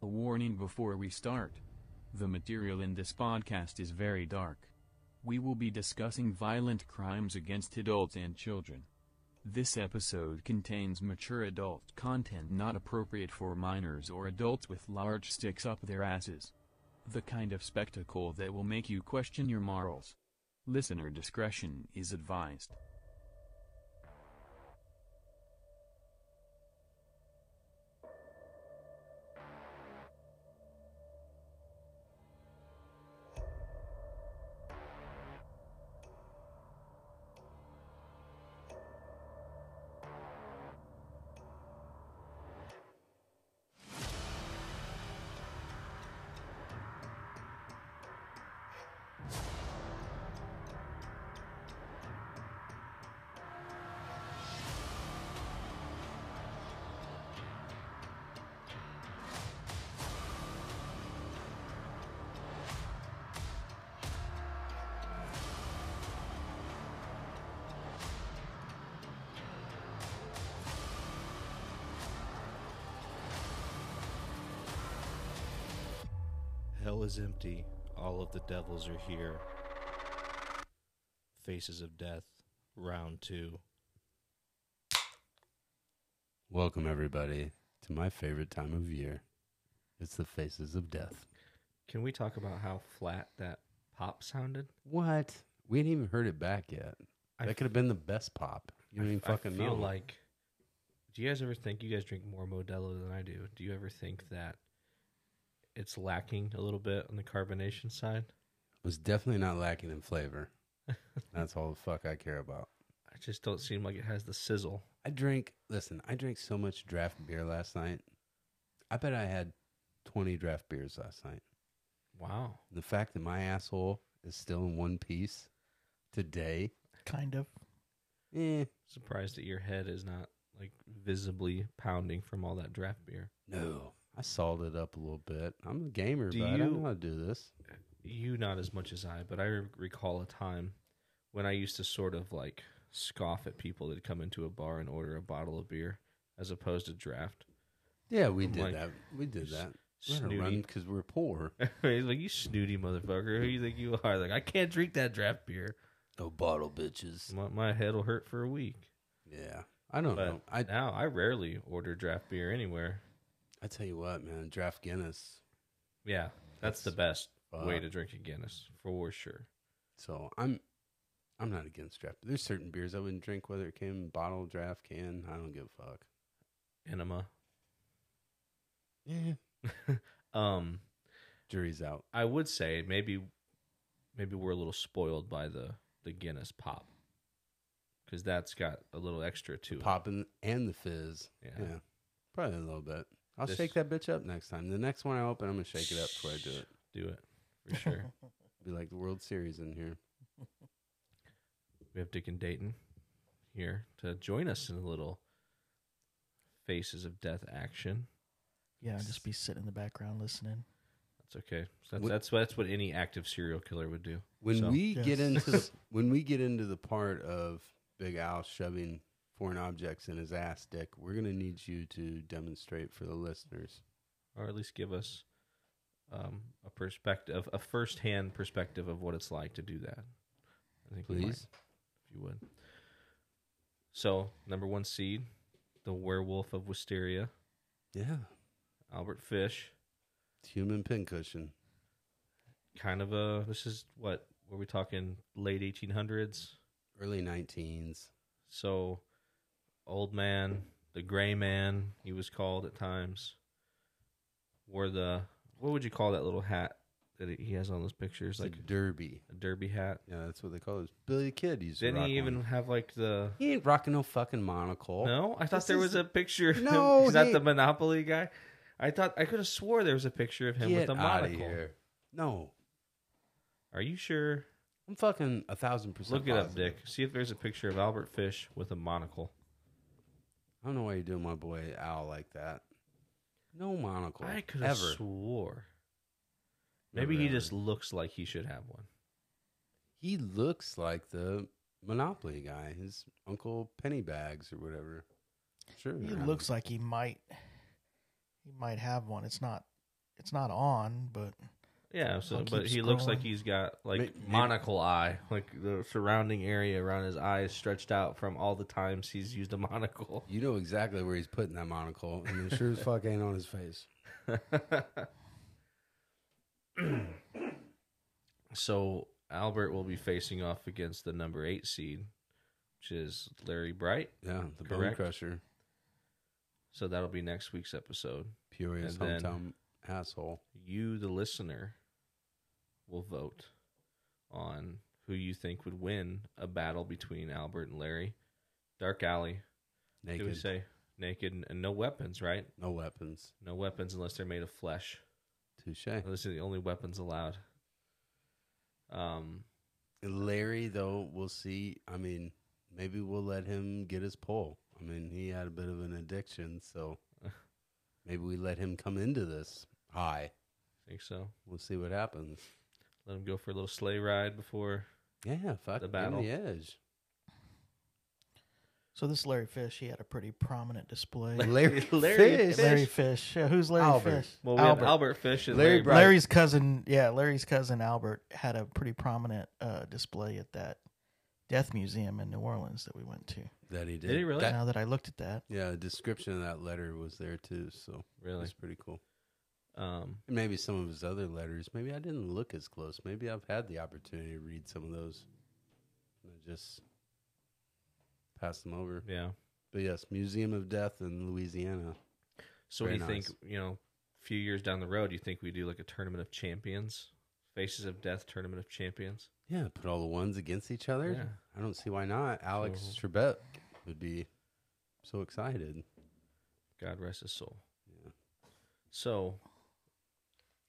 warning before we start. The material in this podcast is very dark. We will be discussing violent crimes against adults and children. This episode contains mature adult content not appropriate for minors or adults with large sticks up their asses. The kind of spectacle that will make you question your morals. Listener discretion is advised. Hell is empty. All of the devils are here. Faces of Death, Round 2. Welcome, everybody, to my favorite time of year. It's the faces of death. Can we talk about how flat that pop sounded? What? We ain't even heard it back yet. I that could have been the best pop. You don't even fucking I feel know. like. Do you guys ever think you guys drink more Modelo than I do? Do you ever think that it's lacking a little bit on the carbonation side? it was definitely not lacking in flavor. That's all the fuck I care about. I just don't seem like it has the sizzle. I drink. Listen, I drank so much draft beer last night. I bet I had twenty draft beers last night. Wow. The fact that my asshole is still in one piece today, Kind of. eh? Surprised that your head is not like visibly pounding from all that draft beer. No, I sawed it up a little bit. I'm a gamer, Do but I you- know how to do this. you not as much as I, but I recall a time when I used to sort of like scoff at people that come into a bar and order a bottle of beer as opposed to draft. Yeah, we I'm did like, that. We did that. We had to snooty. run because we're poor. He's like, you snooty motherfucker, who you think you are? Like, I can't drink that draft beer. No bottle bitches. My, my head will hurt for a week. Yeah, I don't But know. I now I rarely order draft beer anywhere. I tell you what, man, draft Guinness. Yeah, that's, the best fuck. way to drink a Guinness for sure. So I'm, I'm not against draft. There's certain beers I wouldn't drink, whether it came in bottle, draft, can. I don't give a fuck. Enema. Yeah, Um, jury's out. I would say maybe maybe we're a little spoiled by the the Guinness pop because that's got a little extra to it. Popping and the fizz. Yeah. probably a little bit. I'll This- shake that bitch up next time. The next one I open, I'm gonna shake it up before I do it. Do it for sure. Be like the World Series in here. we have Dick and Dayton here to join us in a little faces of death action. Yeah, I'd just be sitting in the background listening. That's okay. So that's that's, that's what any active serial killer would do. When So- we Yes. get into the, when we get into the part of Big Al shoving foreign objects in his ass, Dick, we're gonna need you to demonstrate for the listeners. or at least give us um, a perspective, a first-hand perspective of what it's like to do that. I think we might, Please. if you would. So, number one seed, the werewolf of Wisteria, Yeah, Albert Fish. human pincushion. Kind of a. This is what were we talking? Late eighteen hundreds. Early nineteens. So, old man, the gray man, he was called at times. Wore the what would you call that little hat that he has on those pictures? It's like Like a derby. a derby hat. Yeah, that's what they call it. Billy the Kid used to Didn't rock he even one. have like the? He ain't rocking no fucking monocle. No, I thought there was is- a picture. Of No, him. is that he- the Monopoly guy? I thought I could have swore there was a picture of him Get with a outta monocle. here. No, Are you sure? I'm fucking a thousand percent. Look it up, positive. Dick. See if there's a picture of Albert Fish with a monocle. I don't know why you're doing my boy Al like that. No monocle. I could ever. have swore. Maybe Never he ever. just looks like he should have one. He looks like the Monopoly guy, his Uncle Pennybags or whatever. Sure. He looks like he might he might have one. It's not it's not on, but Yeah, so I'll but keep he looks like scrolling. he's got like May- may- monocle eye, like the surrounding area around his eyes stretched out from all the times he's used a monocle. You know exactly where he's putting that monocle, and it sure as fuck ain't on his face. so Albert will be facing off against the number eight seed, which is Larry Bright. Yeah, the bone Correct. crusher, So that'll be next week's episode. Peoria's And then- hometown asshole. You, the listener, will vote on who you think would win a battle between Albert and Larry. Dark Alley. Do we Naked, say naked and- and no weapons, right? no weapons. No weapons unless they're made of flesh. Touche. Those are the only weapons allowed. Um, Larry, though, we'll see. I mean, maybe we'll let him get his pull. I mean, he had a bit of an addiction, so maybe we let him come into this high. think so. We'll see what happens. Let him go for a little sleigh ride before. Yeah, fuck The give him battle. the edge. so this Larry Fish, he had a pretty prominent display. Larry, Larry Fish. Larry Fish, yeah, who's Larry Albert. Fish? Well, we Albert. have Albert Fish and Larry Larry. Bright. Bright. Larry's cousin, yeah, Larry's cousin Albert had a pretty prominent uh, display at that death museum in New Orleans that we went to. that he did. Did he really? That- Now that I looked at that, yeah, the description of that letter was there too, so Really? that's pretty cool. Um, And maybe some of his other letters. Maybe I didn't look as close. Maybe I've had the opportunity to read some of those. And I just passed them over. yeah. But yes, Museum of Death in Louisiana. So, what do Very you think? nice. You know, a few years down the road, you think we do like a tournament of champions, Faces of Death tournament of champions? Yeah, put all the ones against each other. I don't see why not. Alex So- Trebek would be so excited. God rest his soul. Yeah. So,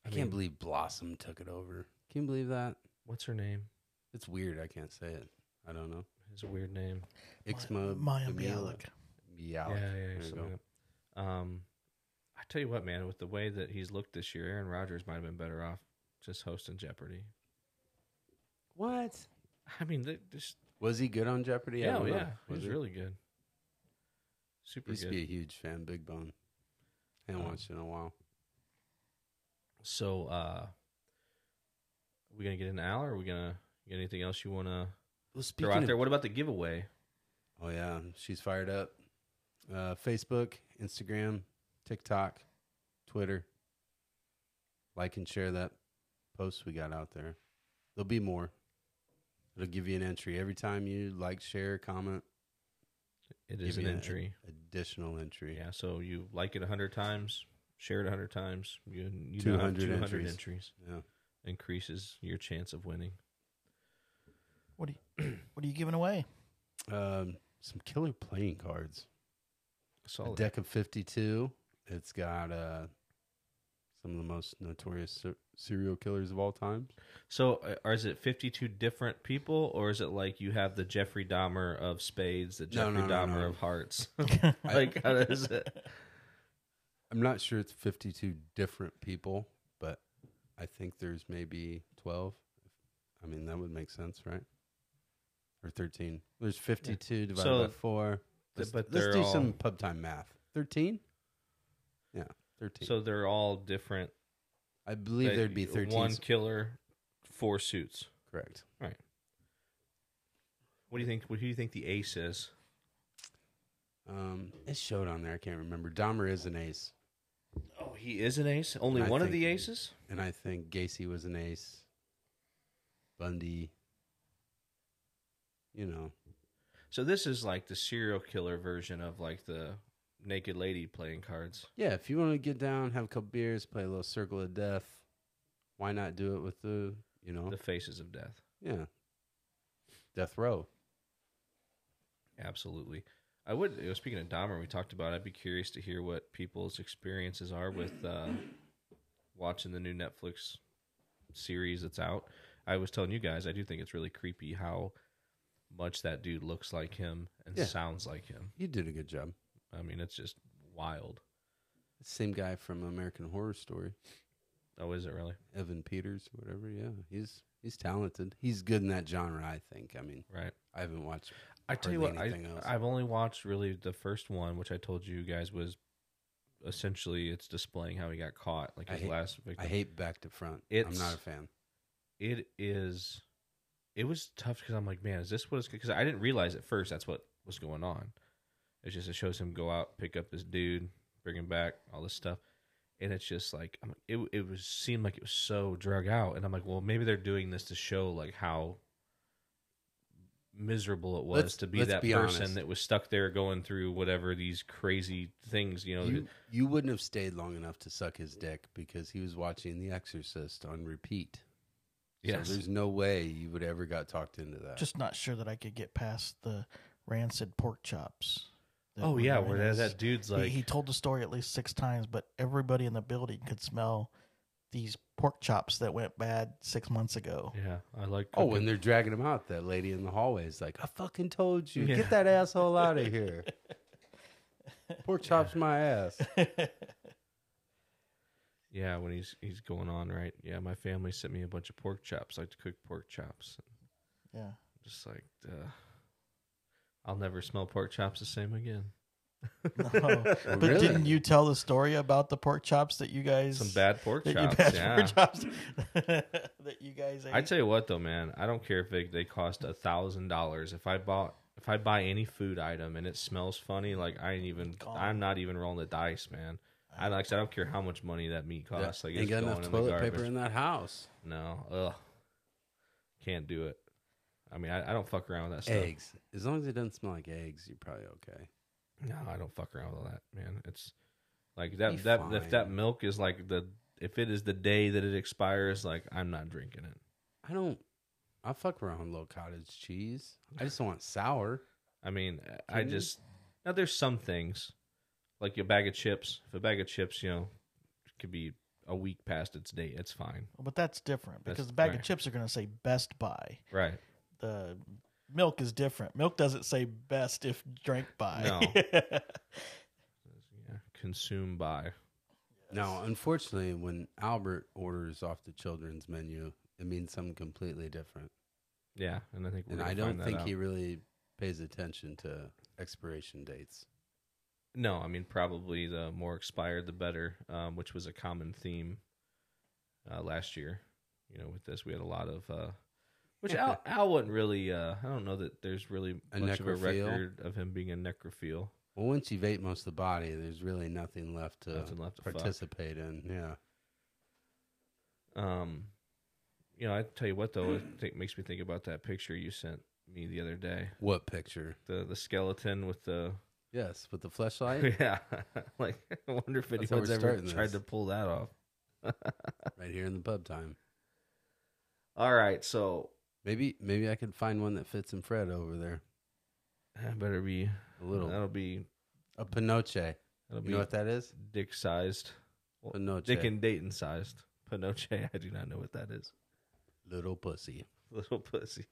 I, I can't mean- believe Blossom took it over. Can you believe that? what's her name? It's weird. I can't say it. I don't know. It's a weird name. Ixma Maya Bialik. Bialik. Bialik. Yeah, yeah, There yeah you something go. like that. Um, I tell you what, man, with the way that he's looked this year, Aaron Rodgers might have been better off just hosting Jeopardy. What? I mean, they, this, Was he good on Jeopardy? I yeah, oh, don't yeah, know. he was really good, super Used to good. be a huge fan, Big Bone. Haven't Oh. watched in a while. So, uh, we gonna get an hour? Are we gonna get anything else you wanna Well, throw out there? What about the giveaway? Oh yeah, she's fired up. Uh, Facebook, Instagram, TikTok, Twitter. Like and share that post we got out there. There'll be more. It'll give you an entry every time you like, share, comment. It is give an you entry. Additional entry. Yeah, so you like it a hundred times, share it a hundred times. You, you now have 200 200 entries. entries Yeah. increases your chance of winning. What are you, what are you giving away? Um, some killer playing cards. A Solid. deck of fifty-two. It's got uh, some of the most notorious ser- serial killers of all time. So, uh, or is it 52 different people, or is it like you have the Jeffrey Dahmer of spades, the No, Jeffrey no, no, Dahmer no. of hearts? I- like, how does it? I'm not sure it's 52 different people, but I think there's maybe 12. I mean, that would make sense, right? Or 13. There's 52 divided So- by 4. Let's, but let's they're do all- some pub time math. 13? Yeah, 13. So they're all different. I believe They- there'd be 13. One killer, four suits. Correct. What do you think? What do you think the ace is? Um, it showed on there. I can't remember. Dahmer is an ace, Oh, he is an ace. Only I one of think- the aces. and I think Gacy was an ace. Bundy. You know, So this is like the serial killer version of like the naked lady playing cards. Yeah, if you want to get down, have a couple beers, play a little circle of death, why not do it with the, you know, The faces of death. yeah, death row. Absolutely. I would. uh, Speaking of Dahmer, we talked about. I'd be curious to hear what people's experiences are with uh, watching the new Netflix series that's out. I was telling you guys, I do think it's really creepy how much that dude looks like him and Yeah. sounds like him. You did a good job. I mean, it's just wild. Same guy from American Horror Story, Oh, is it really? Evan Peters, whatever. Yeah, he's he's talented. He's good in that genre, I think. I mean, Right. I haven't watched. I tell you what, I, hardly anything else. I've only watched really the first one, which I told you guys was essentially it's displaying how he got caught, like I his hate- last I victim. hate back to front. I'm It's- not a fan. it is. It was tough because I'm like, man, is this what it's? Because I didn't realize at first that's what was going on. It's just it shows him go out, pick up this dude, bring him back, all this stuff, and it's just like I'm, it. It was seemed like it was so drug out, and I'm like, well, maybe they're doing this to show like how miserable it was Let's- to be let's that be person honest. that was stuck there going through whatever these crazy things, you know. You, you wouldn't have stayed long enough to suck his dick because he was watching The Exorcist on repeat. Yes. So there's no way you would ever got talked into that. Just not sure that I could get past the rancid pork chops. that oh were yeah, in where that, his- that dude's like, he, he told the story at least six times, but everybody in the building could smell these pork chops that went bad six months ago. yeah, I like. oh, cooking. when they're dragging him out, that lady in the hallway is like, "I fucking told you, Yeah. get that asshole out of here." Pork chops my ass. Yeah, when he's he's going on, right? Yeah, my family sent me a bunch of pork chops. I like to cook pork chops. Yeah. Just like, uh, I'll never smell pork chops the same again. No. But Really? didn't you tell the story about the pork chops that you guys Some bad pork that you chops. bad yeah. pork chops that you guys ate? I tell you what, though, man, I don't care if they, they cost a thousand dollars. If I bought if I buy any food item and it smells funny, like I ain't even Gone. I'm not even rolling the dice, man. I like I said, I don't care how much money that meat costs. Like Ain't it's got going enough in the toilet garbage. paper in that house. No, ugh, can't do it. I mean, I, I don't fuck around with that stuff. Eggs. As long as it doesn't smell like eggs, you're probably okay. No, I don't fuck around with all that, man. It's like that Be that if that fine. milk is like the if it is the day that it expires, like I'm not drinking it. I don't. I fuck around with low cottage cheese. I just don't want sour. I mean, I Can you? just now there's some things like your bag of chips. If a bag of chips, you know, could be a week past its date, it's fine. but that's different That's because the bag right. of chips are going to say Best Buy. Right. The milk is different. Milk doesn't say best if drank by. No. Yeah. Consume by. Now, unfortunately, when Albert orders off the children's menu, it means something completely different. Yeah, and I think we're and gonna I find don't that think out. he really pays attention to expiration dates. No, I mean probably the more expired the better, um, which was a common theme uh, last year. You know, with this we had a lot of, uh, which Al, Al wasn't really. Uh, I don't know that there's really A much of a necrophile? record of him being a necrophile. Well, once you've ate most of the body, there's really nothing left to Nothing left to fuck. participate in. Yeah. Um, you know, I tell you what though, it think, makes me think about that picture you sent me the other day. What picture? The the skeleton with the Yes, with the fleshlight yeah, like I wonder if That's anyone's what's ever starting tried this. to pull that off. right here in the pub time. All right, so Maybe maybe I could find one that fits in Fred over there. I better be A little That'll be a pinoche. that'll You be know what that is? dick sized. Well, Pinoche. Dick and Dayton sized. Pinoche, I do not know what that is. little pussy. Little pussy.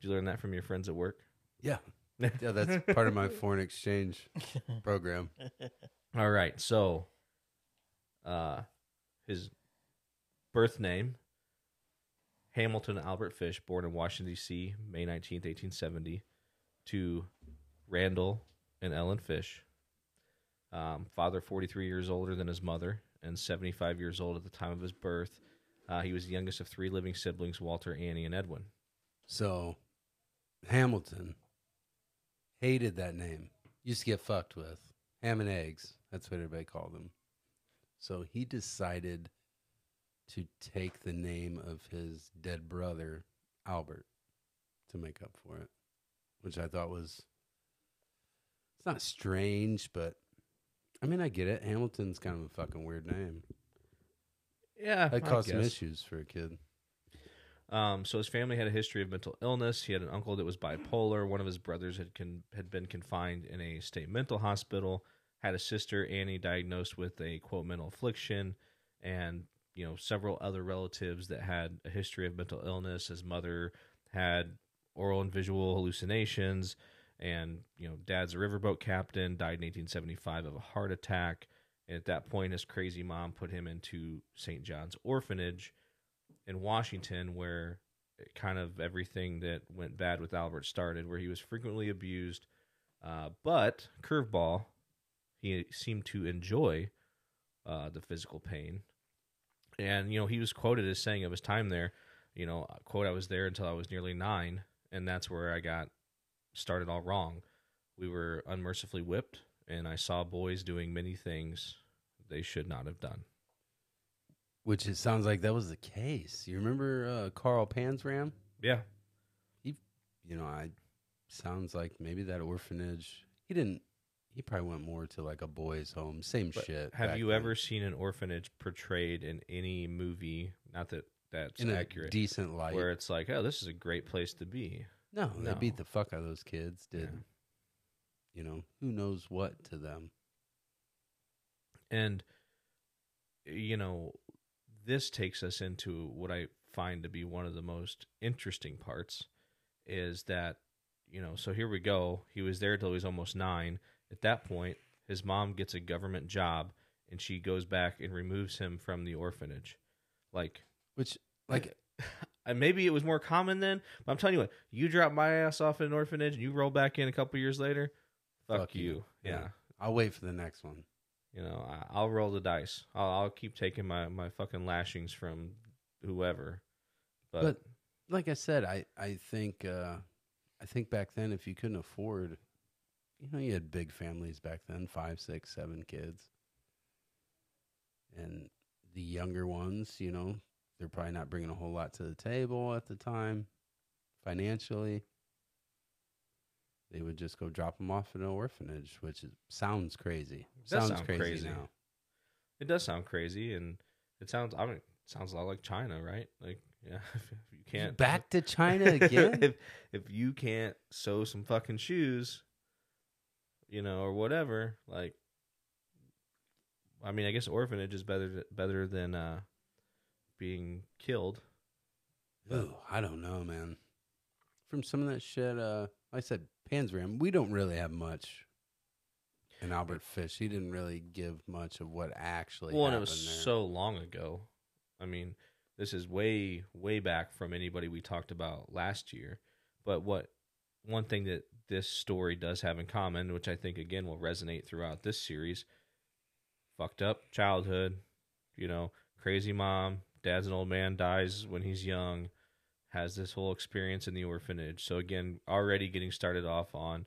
Did you learn that from your friends at work? Yeah. Yeah, that's part of my foreign exchange program. All right, so uh his birth name Hamilton Albert Fish, born in Washington D.C., May 19th, 1870, to Randall and Ellen Fish. Um, father 43 years older than his mother and 75 years old at the time of his birth. Uh, he was the youngest of three living siblings, Walter, Annie, and Edwin. So Hamilton hated that name. Used to get fucked with. Ham and eggs. That's what everybody called him. So he decided to take the name of his dead brother, Albert, to make up for it. Which I thought was it's not strange, but I mean I get it. Hamilton's kind of a fucking weird name. Yeah, That caused some guess. issues for a kid. Um, so his family had a history of mental illness. He had an uncle that was bipolar. One of his brothers had con- had been confined in a state mental hospital. Had a sister Annie diagnosed with a quote mental affliction, and you know several other relatives that had a history of mental illness. His mother had oral and visual hallucinations, and you know dad's a riverboat captain. Died in 1875 of a heart attack. And at that point, his crazy mom put him into St. John's Orphanage in Washington where it kind of everything that went bad with Albert started, where he was frequently abused. Uh, but curveball, He seemed to enjoy uh, the physical pain. And, you know, he was quoted as saying of his time there, you know, uh, quote, I was there until I was nearly nine, and that's where I got started all wrong. We were unmercifully whipped, and I saw boys doing many things they should not have done. Which it sounds like that was the case. You remember uh, Carl Panzram? Yeah. You know, I sounds like maybe that orphanage. He didn't. He probably went more to like a boys' home. Same But shit. Have back you then. ever seen an orphanage portrayed in any movie? Not that that's in accurate. a decent light? where it's like, oh, this is a great place to be. no, they No. beat the fuck out of those kids. Did Yeah. you know who knows what to them? And, you know, this takes us into what I find to be one of the most interesting parts is that, you know, so here we go. He was there till he was almost nine. At that point, his mom gets a government job and she goes back and removes him from the orphanage. Like, Which like and maybe it was more common then, but I'm telling you what, you drop my ass off in an orphanage and you roll back in a couple years later, fuck, Fuck you. you. Yeah. yeah. I'll wait for the next one. you know, I, I'll roll the dice. I'll, I'll keep taking my, my fucking lashings from whoever. But, But- Like I said, I I think uh, I think back then if you couldn't afford, you know, you had big families back then, five, six, seven kids, and the younger ones, you know, they're probably not bringing a whole lot to the table at the time, financially. They would just go drop them off in an orphanage, which is, sounds crazy. That sounds sound crazy, crazy. now. it does sound crazy, and it sounds I mean, it sounds a lot like China, right? Like, yeah, if you can't Back to China again. if, if you can't sew some fucking shoes, you know, or whatever, like, I mean, I guess orphanage is better better than uh, being killed. Ooh, I don't know, man. From some of that shit, uh, like I said, Panzram, we don't really have much. And Albert Fish, he didn't really give much of what actually well, and it happened was there. so long ago. I mean, this is way, way back from anybody we talked about last year. But what one thing that this story does have in common, which I think again will resonate throughout this series, fucked up childhood, you know, crazy mom, dad's an old man, dies when he's young, has this whole experience in the orphanage. So again, already getting started off on,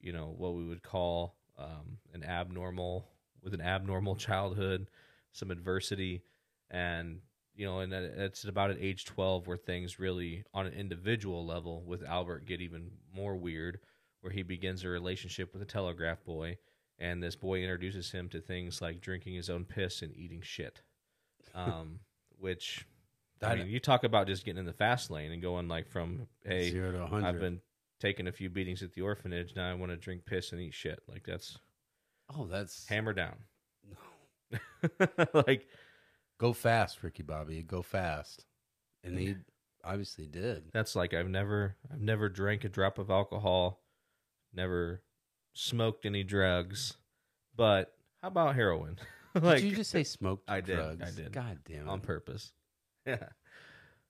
you know, what we would call um, an abnormal with an abnormal childhood, some adversity, and you know, and it- it's about at age twelve where things really, on an individual level, with Albert get even more weird, where he begins a relationship with a telegraph boy, and this boy introduces him to things like drinking his own piss and eating shit, um, which. I That- mean, you talk about just getting in the fast lane and going like from hey, zero to a I've hundred. been taking a few beatings at the orphanage. Now I want to drink piss and eat shit. Like that's oh, that's hammer down. No. like go fast, Ricky Bobby, go fast. And he obviously did. that's like I've never I've never drank a drop of alcohol, never smoked any drugs, but how about heroin? like did you just say smoked I did, drugs? I did. God damn it! on purpose. Yeah.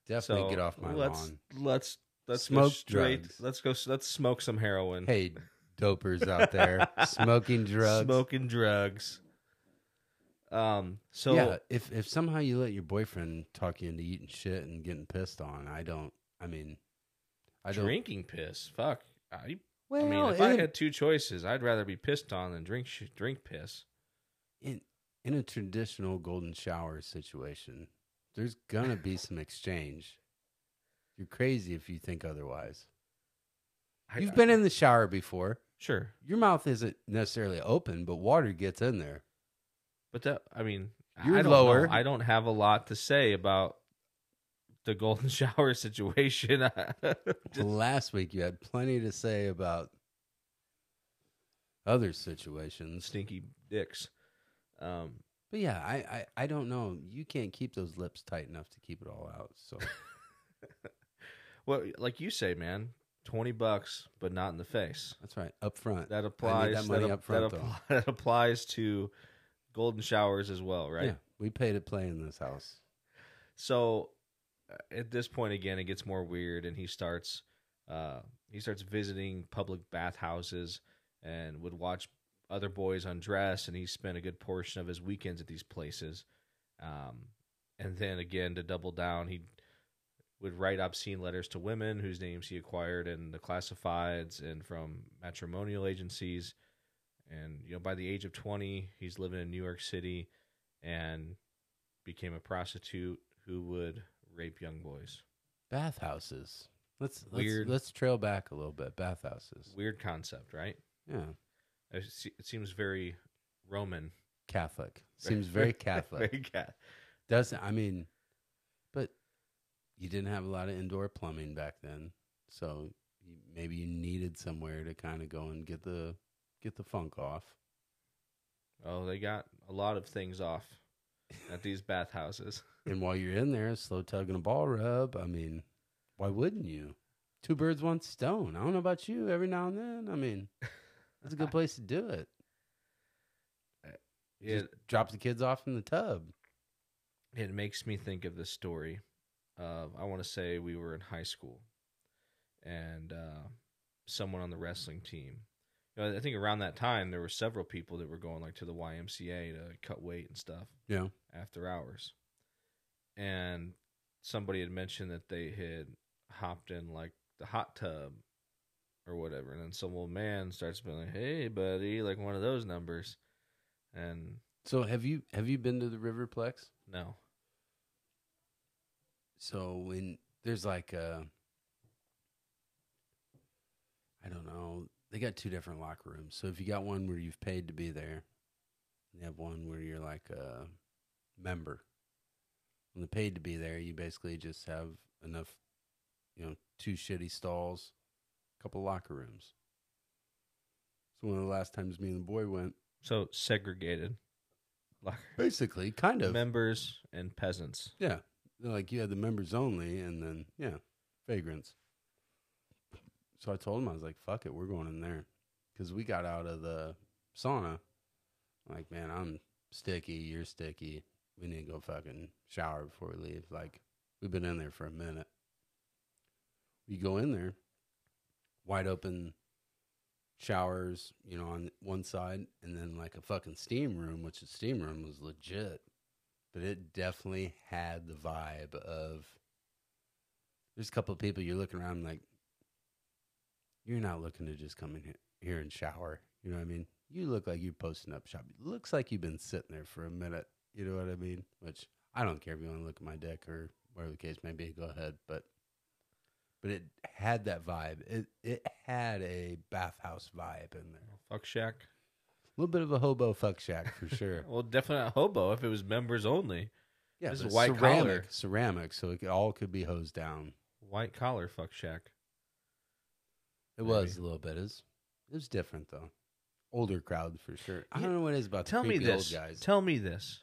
Definitely So, get off my let's, lawn. Let's let's go Smoke straight. drugs. Let's go let's smoke some heroin. Hey, dopers out there, smoking drugs. Smoking drugs. Um so yeah, if if somehow you let your boyfriend talk you into eating shit and getting pissed on, I don't. I mean, I don't. drinking piss. Fuck. I, Well, I mean, if I in, had two choices, I'd rather be pissed on than drink sh- drink piss. in in a traditional golden shower situation, there's gonna be some exchange. You're crazy if you think otherwise. I- You've I- been in the shower before. sure, Your mouth isn't necessarily open, but water gets in there. but that I mean, I- You're I don't lower. know. I don't have a lot to say about the golden shower situation. Well, Just- Last week you had plenty to say about other situations. stinky dicks. Um, But yeah, I, I I don't know. You can't keep those lips tight enough to keep it all out. So well, like you say, man, twenty bucks, but not in the face. that's right, up front. That applies. that money ap- up front, that, though. appli- that applies to golden showers as well, right? Yeah, we pay to play in this house. so uh, at this point again it gets more weird and he starts uh he starts visiting public bathhouses and would watch other boys undress, and he spent a good portion of his weekends at these places. Um, and then again, to double down, he would write obscene letters to women whose names he acquired in the classifieds and from matrimonial agencies. And you know, by the age of twenty, he's living in New York City, and became a prostitute who would rape young boys. Bathhouses. Let's Weird. Let's, let's trail back a little bit. Bathhouses. Weird concept, right? Yeah. It se- it seems very Roman. Catholic. Seems very Catholic. very Catholic. Doesn't I mean, but you didn't have a lot of indoor plumbing back then, so you- maybe you needed somewhere to kind of go and get the get the funk off. Oh, they got a lot of things off at these bathhouses. And while you're in there, slow tug and a ball rub. I mean, why wouldn't you? Two birds, one stone. I don't know about you. Every now and then, I mean, that's a good place to do it. It, Just drop the kids off in the tub. it makes me think of this story. Of, I want to say we were in high school, and uh, someone on the wrestling team. You know, I think around that time there were several people that were going like to the YMCA to cut weight and stuff. Yeah, after hours. And somebody had mentioned that they had hopped in like the hot tub or whatever. And then some old man starts being like, hey, buddy, like one of those numbers. And So have you have you been to the Riverplex? no, so when there's like uh I don't know, they got two different locker rooms. So if you got one where you've paid to be there, and you have one where you're like a member. When the paid to be there, you basically just have enough, you know, two shitty stalls, a couple locker rooms. So one of the last times me and the boy went, so segregated. Like basically, kind of, members and peasants. Yeah. They're like, you had the members only, and then, yeah, vagrants. So I told him, I was like, fuck it, we're going in there. Because we got out of the sauna. Like, man, I'm sticky, you're sticky. We need to go fucking shower before we leave. Like, we've been in there for a minute. We go in there, wide open showers, you know, on one side, and then like a fucking steam room, which the steam room was legit but it definitely had the vibe of there's a couple of people you're looking around like you're not looking to just come in he- here and shower you know what i mean you look like you're posting up shop it looks like you've been sitting there for a minute you know what i mean which i don't care if you want to look at my dick or whatever the case may be go ahead but but it had that vibe it it had a bathhouse vibe in there Fuck shack. a little bit of a hobo fuck shack for sure Well, definitely not hobo if it was members only. Yeah, This but is white ceramic, collar. ceramic, so it could- all could be hosed down. White collar fuck shack. It was Maybe. a little bit. It was, it was different though. Older crowd for sure. I Yeah. don't know what it is about. Tell the me creepy this. old guys. Tell me this.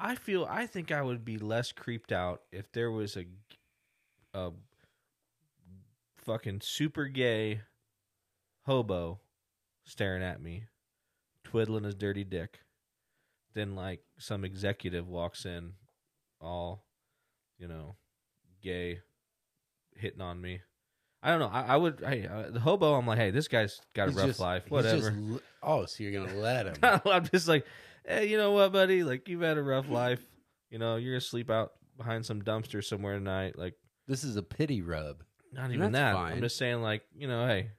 I feel I think I would be less creeped out if there was a a fucking super gay hobo staring at me, twiddling his dirty dick, then like some executive walks in all, you know, gay hitting on me. I don't know. I, I would. I, uh, the hobo. I'm like, hey, this guy's got a He's rough just- life. he's Whatever. just l- oh, so you're gonna let him? I'm just like, hey, you know what, buddy? Like, you've had a rough life. You know, you're gonna sleep out behind some dumpster somewhere tonight. Like, this is a pity rub. not And even that. that's I'm fine. just saying, like, you know, hey,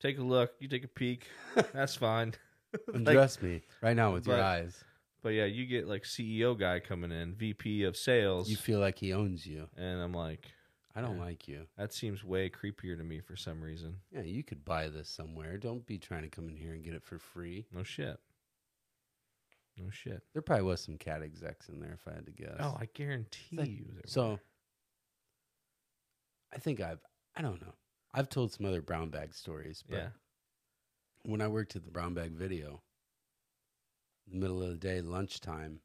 take a look. You take a peek. That's fine. Like, Undress me right now with your but- eyes. but yeah, you get like CEO guy coming in, VP of sales, You feel like he owns you. and I'm like, I don't Yeah. like you. that seems way creepier to me for some reason. Yeah, you could buy this somewhere. Don't be trying to come in here and get it for free. No shit. No shit. There probably was some cat execs in there, if I had to guess. Oh, I guarantee Like, you. there were. So I think I've I don't know. I've told some other brown bag stories, but yeah. when I worked at the brown bag video, in the middle of the day, lunchtime,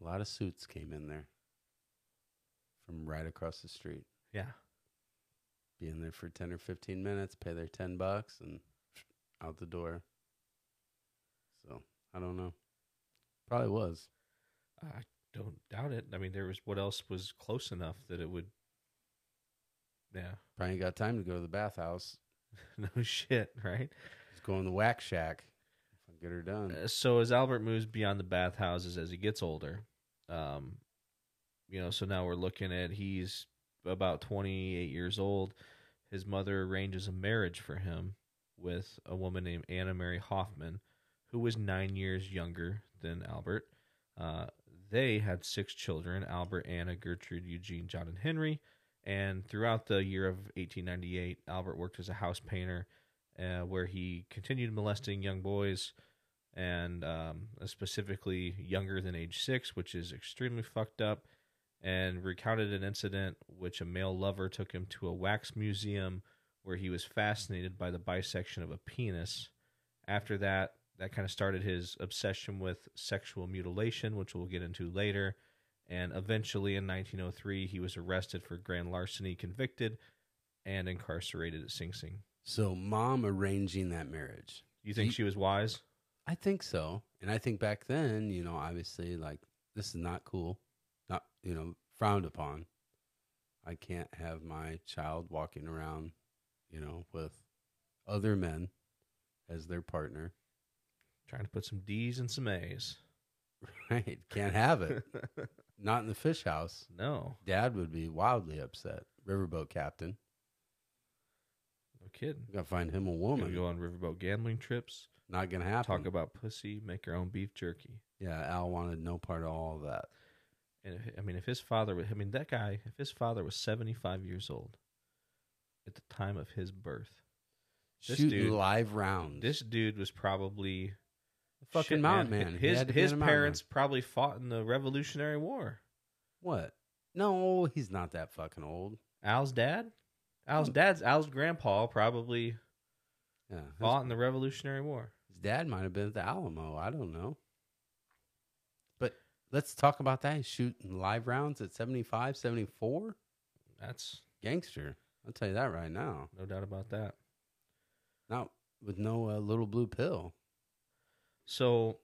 a lot of suits came in there from right across the street. Yeah. Be in there for ten or fifteen minutes, pay their ten bucks and out the door. So I don't know. Probably was. I don't doubt it. I mean, there was what else was close enough that it would. Yeah, Probably ain't got time to go to the bathhouse. no shit, right? Just Go in the whack shack. If I get her done. Uh, so as Albert moves beyond the bathhouses as he gets older, um, you know, so now we're looking at he's about 28 years old. His mother arranges a marriage for him with a woman named Anna Mary Hoffman, who was nine years younger than Albert. Uh, they had six children Albert, Anna, Gertrude, Eugene, John, and Henry. And throughout the year of 1898, Albert worked as a house painter uh, where he continued molesting young boys and um, specifically younger than age six, which is extremely fucked up, and recounted an incident which a male lover took him to a wax museum where he was fascinated by the bisection of a penis. After that, that kind of started his obsession with sexual mutilation, which we'll get into later. And eventually, in 1903, he was arrested for grand larceny, convicted, and incarcerated at Sing Sing. So, mom arranging that marriage. You think Ye- she was wise? I think so. And I think back then, you know, obviously, like, this is not cool, not, you know, frowned upon. I can't have my child walking around, you know, with other men as their partner. Trying to put some D's and some A's. Right. Can't have it. not in the fish house. no. Dad would be wildly upset. Riverboat captain. No kidding. We gotta find him a Gonna woman. go on riverboat gambling trips. Not gonna happen. Talk about pussy. Make your own beef jerky. yeah, Al wanted no part of all of that. And if, I mean, if his father, was, I mean, that guy, if his father was seventy-five years old at the time of his birth, This Shooting dude- live rounds. this dude was probably fucking shit, mountain hi- man. He His had to be his in a mountain man. parents probably fought in the Revolutionary War. What? No, he's not that fucking old. Al's dad, Al's Hmm. dad's Al's grandpa probably Yeah, his, fought in the Revolutionary War. his dad might have been at the Alamo. I don't know. But let's talk about that. He's shooting live rounds at 75, 74? That's Gangster. I'll tell you that right now. no doubt about that. Not with no uh, little blue pill. So,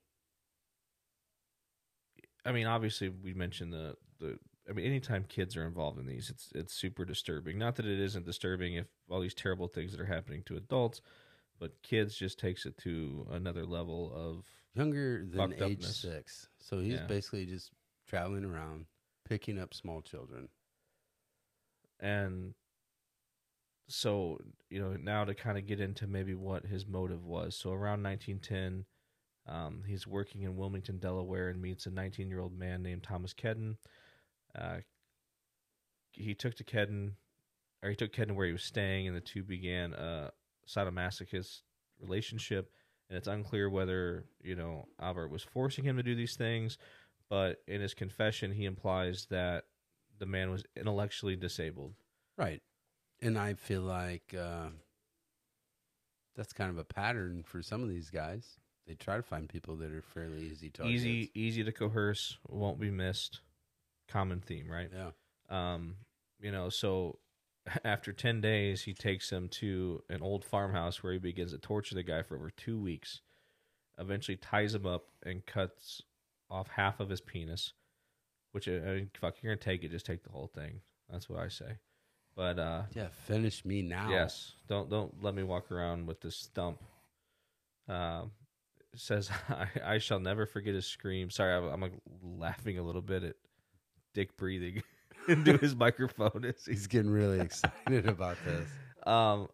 I mean, obviously, we mentioned the the. I mean, anytime kids are involved in these, it's it's super disturbing. Not that it isn't disturbing if all these terrible things that are happening to adults, but kids just takes it to another level of Younger than Fucked age upness. six. So he's Yeah. basically just traveling around picking up small children. and so you know now to kind of get into maybe what his motive was so around 1910 um, he's working in wilmington delaware and meets a 19 year old man named thomas kedden uh, he took to kedden or he took kedden where he was staying and the two began a sadomasochist relationship and it's unclear whether you know albert was forcing him to do these things but in his confession he implies that the man was intellectually disabled Right. And I feel like uh, that's kind of a pattern for some of these guys. They try to find people that are fairly easy targets. easy easy to coerce won't be missed common theme right Yeah. um you know so after 10 days he takes him to an old farmhouse where he begins to torture the guy for over two weeks eventually ties him up and cuts off half of his penis which uh, i mean fuck you're gonna take it just take the whole thing that's what i say but uh Yeah. Finish me now. Yes. Don't don't let me walk around with this stump. Um, it says I, I shall never forget his scream. Sorry, I'm, I'm like laughing a little bit at Dick breathing into his microphone. It's, He's getting really excited about this. um,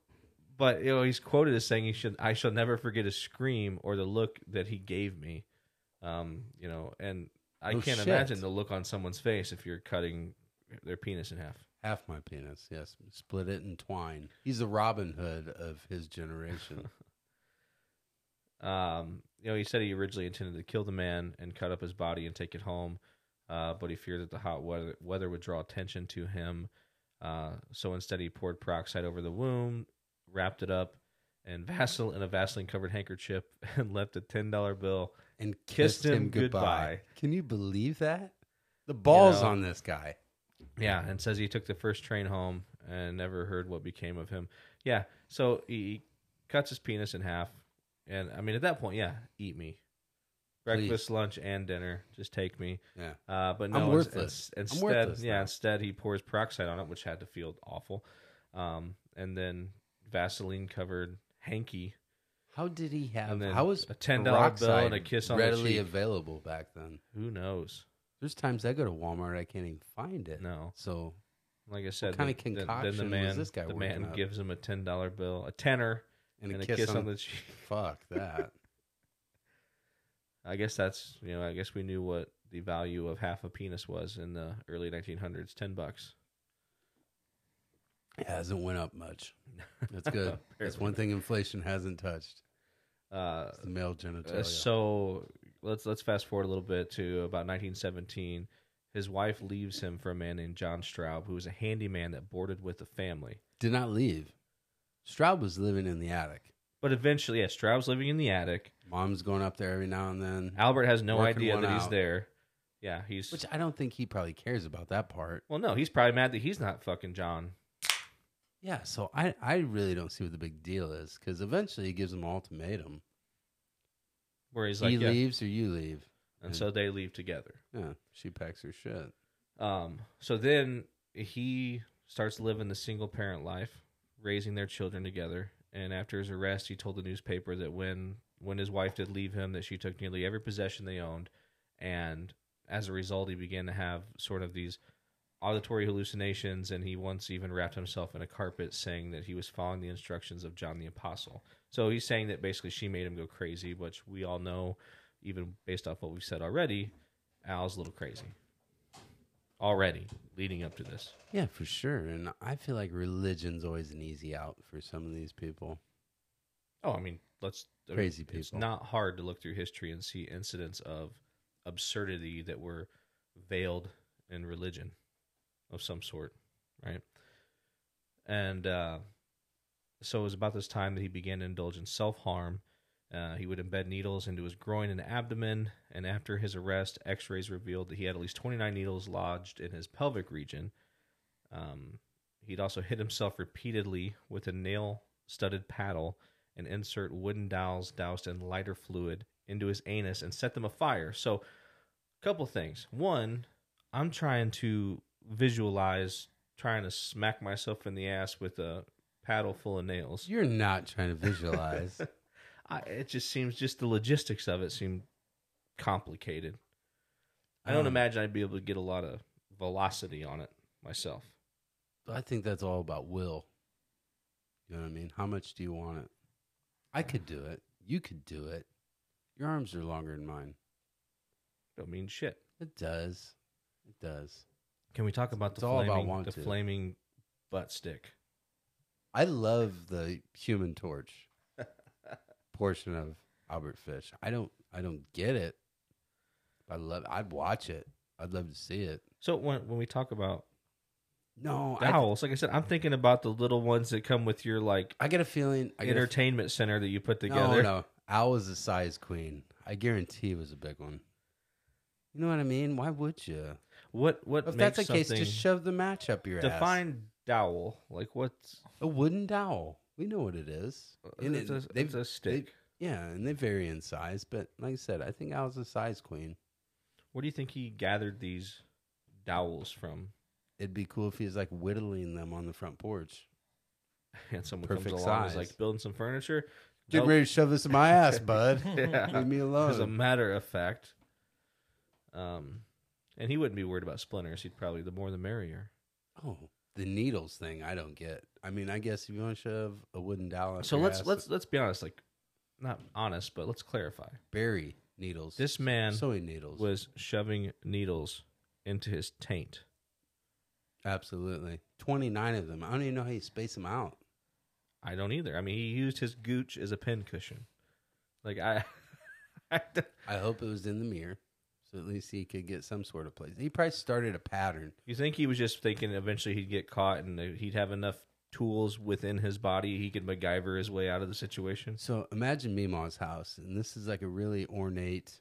but you know he's quoted as saying he should I shall never forget his scream or the look that he gave me. Um, you know, and I Oh, can't shit. imagine the look on someone's face if you're cutting their penis in half. Half my penis. Yes. Split it and twine. He's the Robin Hood of his generation. Um, you know, he said he originally intended to kill the man and cut up his body and take it home, uh, but he feared that the hot weather, weather would draw attention to him. Uh, so instead, he poured peroxide over the wound, wrapped it up, and Vaseline in a Vaseline covered handkerchief, and left a ten dollar bill. and Kissed kissed, him him, goodbye. goodbye. Can you believe that? The balls know. on this guy. Yeah, and says he took the first train home and never heard what became of him. Yeah, so he cuts his penis in half, and I mean, at that point, yeah, eat me. Please. Breakfast, lunch, and dinner. Just take me. Yeah. Uh, but I'm no, ins- worthless. ins- I'm instead, worthless yeah, now. instead he pours peroxide on it, which had to feel awful. Um, and then Vaseline covered hanky How did he have? And then how was a $10 bill and peroxide a kiss on the readily cheek. available back then? Who knows? There's times I go to Walmart, I can't even find it. No. So Like I said, kind of then- then- then the concoction was man, this guy the working man up? gives him a ten dollar bill, a tenner, and, a, kiss, on, the the cheek. fuck that. I guess that's you know, I guess we knew what the value of half a penis was in the early 1900s, ten bucks. It hasn't went up much. That's good. That's one thing inflation hasn't touched. Uh, It's the male Uh, genitalia. so let's let's fast forward a little bit to about 1917. His wife leaves him for a man named John Straub, who was a handyman that boarded with the family. Did not leave. Stroud was living in the attic. But eventually, yeah, Straub's living in the attic. Mom's going up there every now and then. Albert has no Mm-hmm. Working idea one that he's out. there. Yeah, he's Which I don't think he probably cares about that part. well, no, he's probably mad that he's not fucking John. Yeah, so I, I really don't see what the big deal is because eventually he gives him an ultimatum. Where he's he like, yeah. leaves or you leave. and so they leave together. Yeah, she packs her shit. Um, so then he starts living the single parent life, raising their children together. And after his arrest, he told the newspaper that when when his wife did leave him, that she took nearly every possession they owned, and as a result, he began to have sort of these auditory hallucinations. And he once even wrapped himself in a carpet, saying that he was following the instructions of John the Apostle. So he's saying that basically she made him go crazy, which we all know, even based off what we've said already, Al's a little crazy already leading up to this. Yeah, for sure. And I feel like religion's always an easy out for some of these people. Oh, I mean, let's I mean, Crazy It's people. not hard to look through history and see incidents of absurdity that were veiled in religion of some sort, right? And uh, so it was about this time that he began to indulge in self harm. Uh, he would embed needles into his groin and abdomen, and after his arrest, X-rays revealed that he had at least 29 needles lodged in his pelvic region. Um, he'd also hit himself repeatedly with a nail-studded paddle and insert wooden dowels doused in lighter fluid into his anus and set them afire. So, a couple things. One, I'm trying to visualize trying to smack myself in the ass with a paddle full of nails. You're not trying to visualize. I, it just seems just the logistics of it seem complicated. I don't Um, imagine I'd be able to get a lot of velocity on it myself. I think that's all about will. You know what I mean? How much do you want it? I could do it. You could do it. Your arms are longer than mine. Don't mean shit. It does. It does. Can we talk about It's the all about flaming, want the to. flaming butt stick? I love the human torch portion of Albert Fish. I don't I don't get it. I love I'd watch it. I'd love to see it. So when when we talk about No, I, dowels. Like I said, I'm thinking about the little ones that come with your like I get a feeling I get a, entertainment center that you put No, together. no. Al was a size queen. I guarantee it was a big one. You know what I mean? Why would you? What what If makes that's the case, something just shove the match up your ass. define dowel? Like what's a wooden dowel. We know what it is. And Uh, it's, it- a, they've- it's a stick. they- yeah, and they vary in size, but like I said, I think Al's a size queen. Where do you think he gathered these dowels from? It'd be cool if he was like whittling them on the front porch. And someone Perfect comes along and is size. like building some furniture. Get Nope. ready to shove this in my ass, bud. yeah. Leave me As a alone. matter of fact. Um and he wouldn't be worried about splinters. He'd probably the more the merrier. oh, the needles thing, I don't get. I mean, I guess if you want to shove a wooden dowel, up So your let's ass, let's let's be honest, like not honest, but let's clarify. bury needles. This man sewing needles was shoving needles into his taint. absolutely twenty nine of them. I don't even know how you space them out. I don't either. I mean, he used his gooch as a pin cushion. Like I, I don't- I hope it was in the mirror, so at least he could get some sort of place. He probably started a pattern. you think he was just thinking eventually he'd get caught and he'd have enough tools within his body he could MacGyver his way out of the situation. So imagine Mima's house, and this is like a really ornate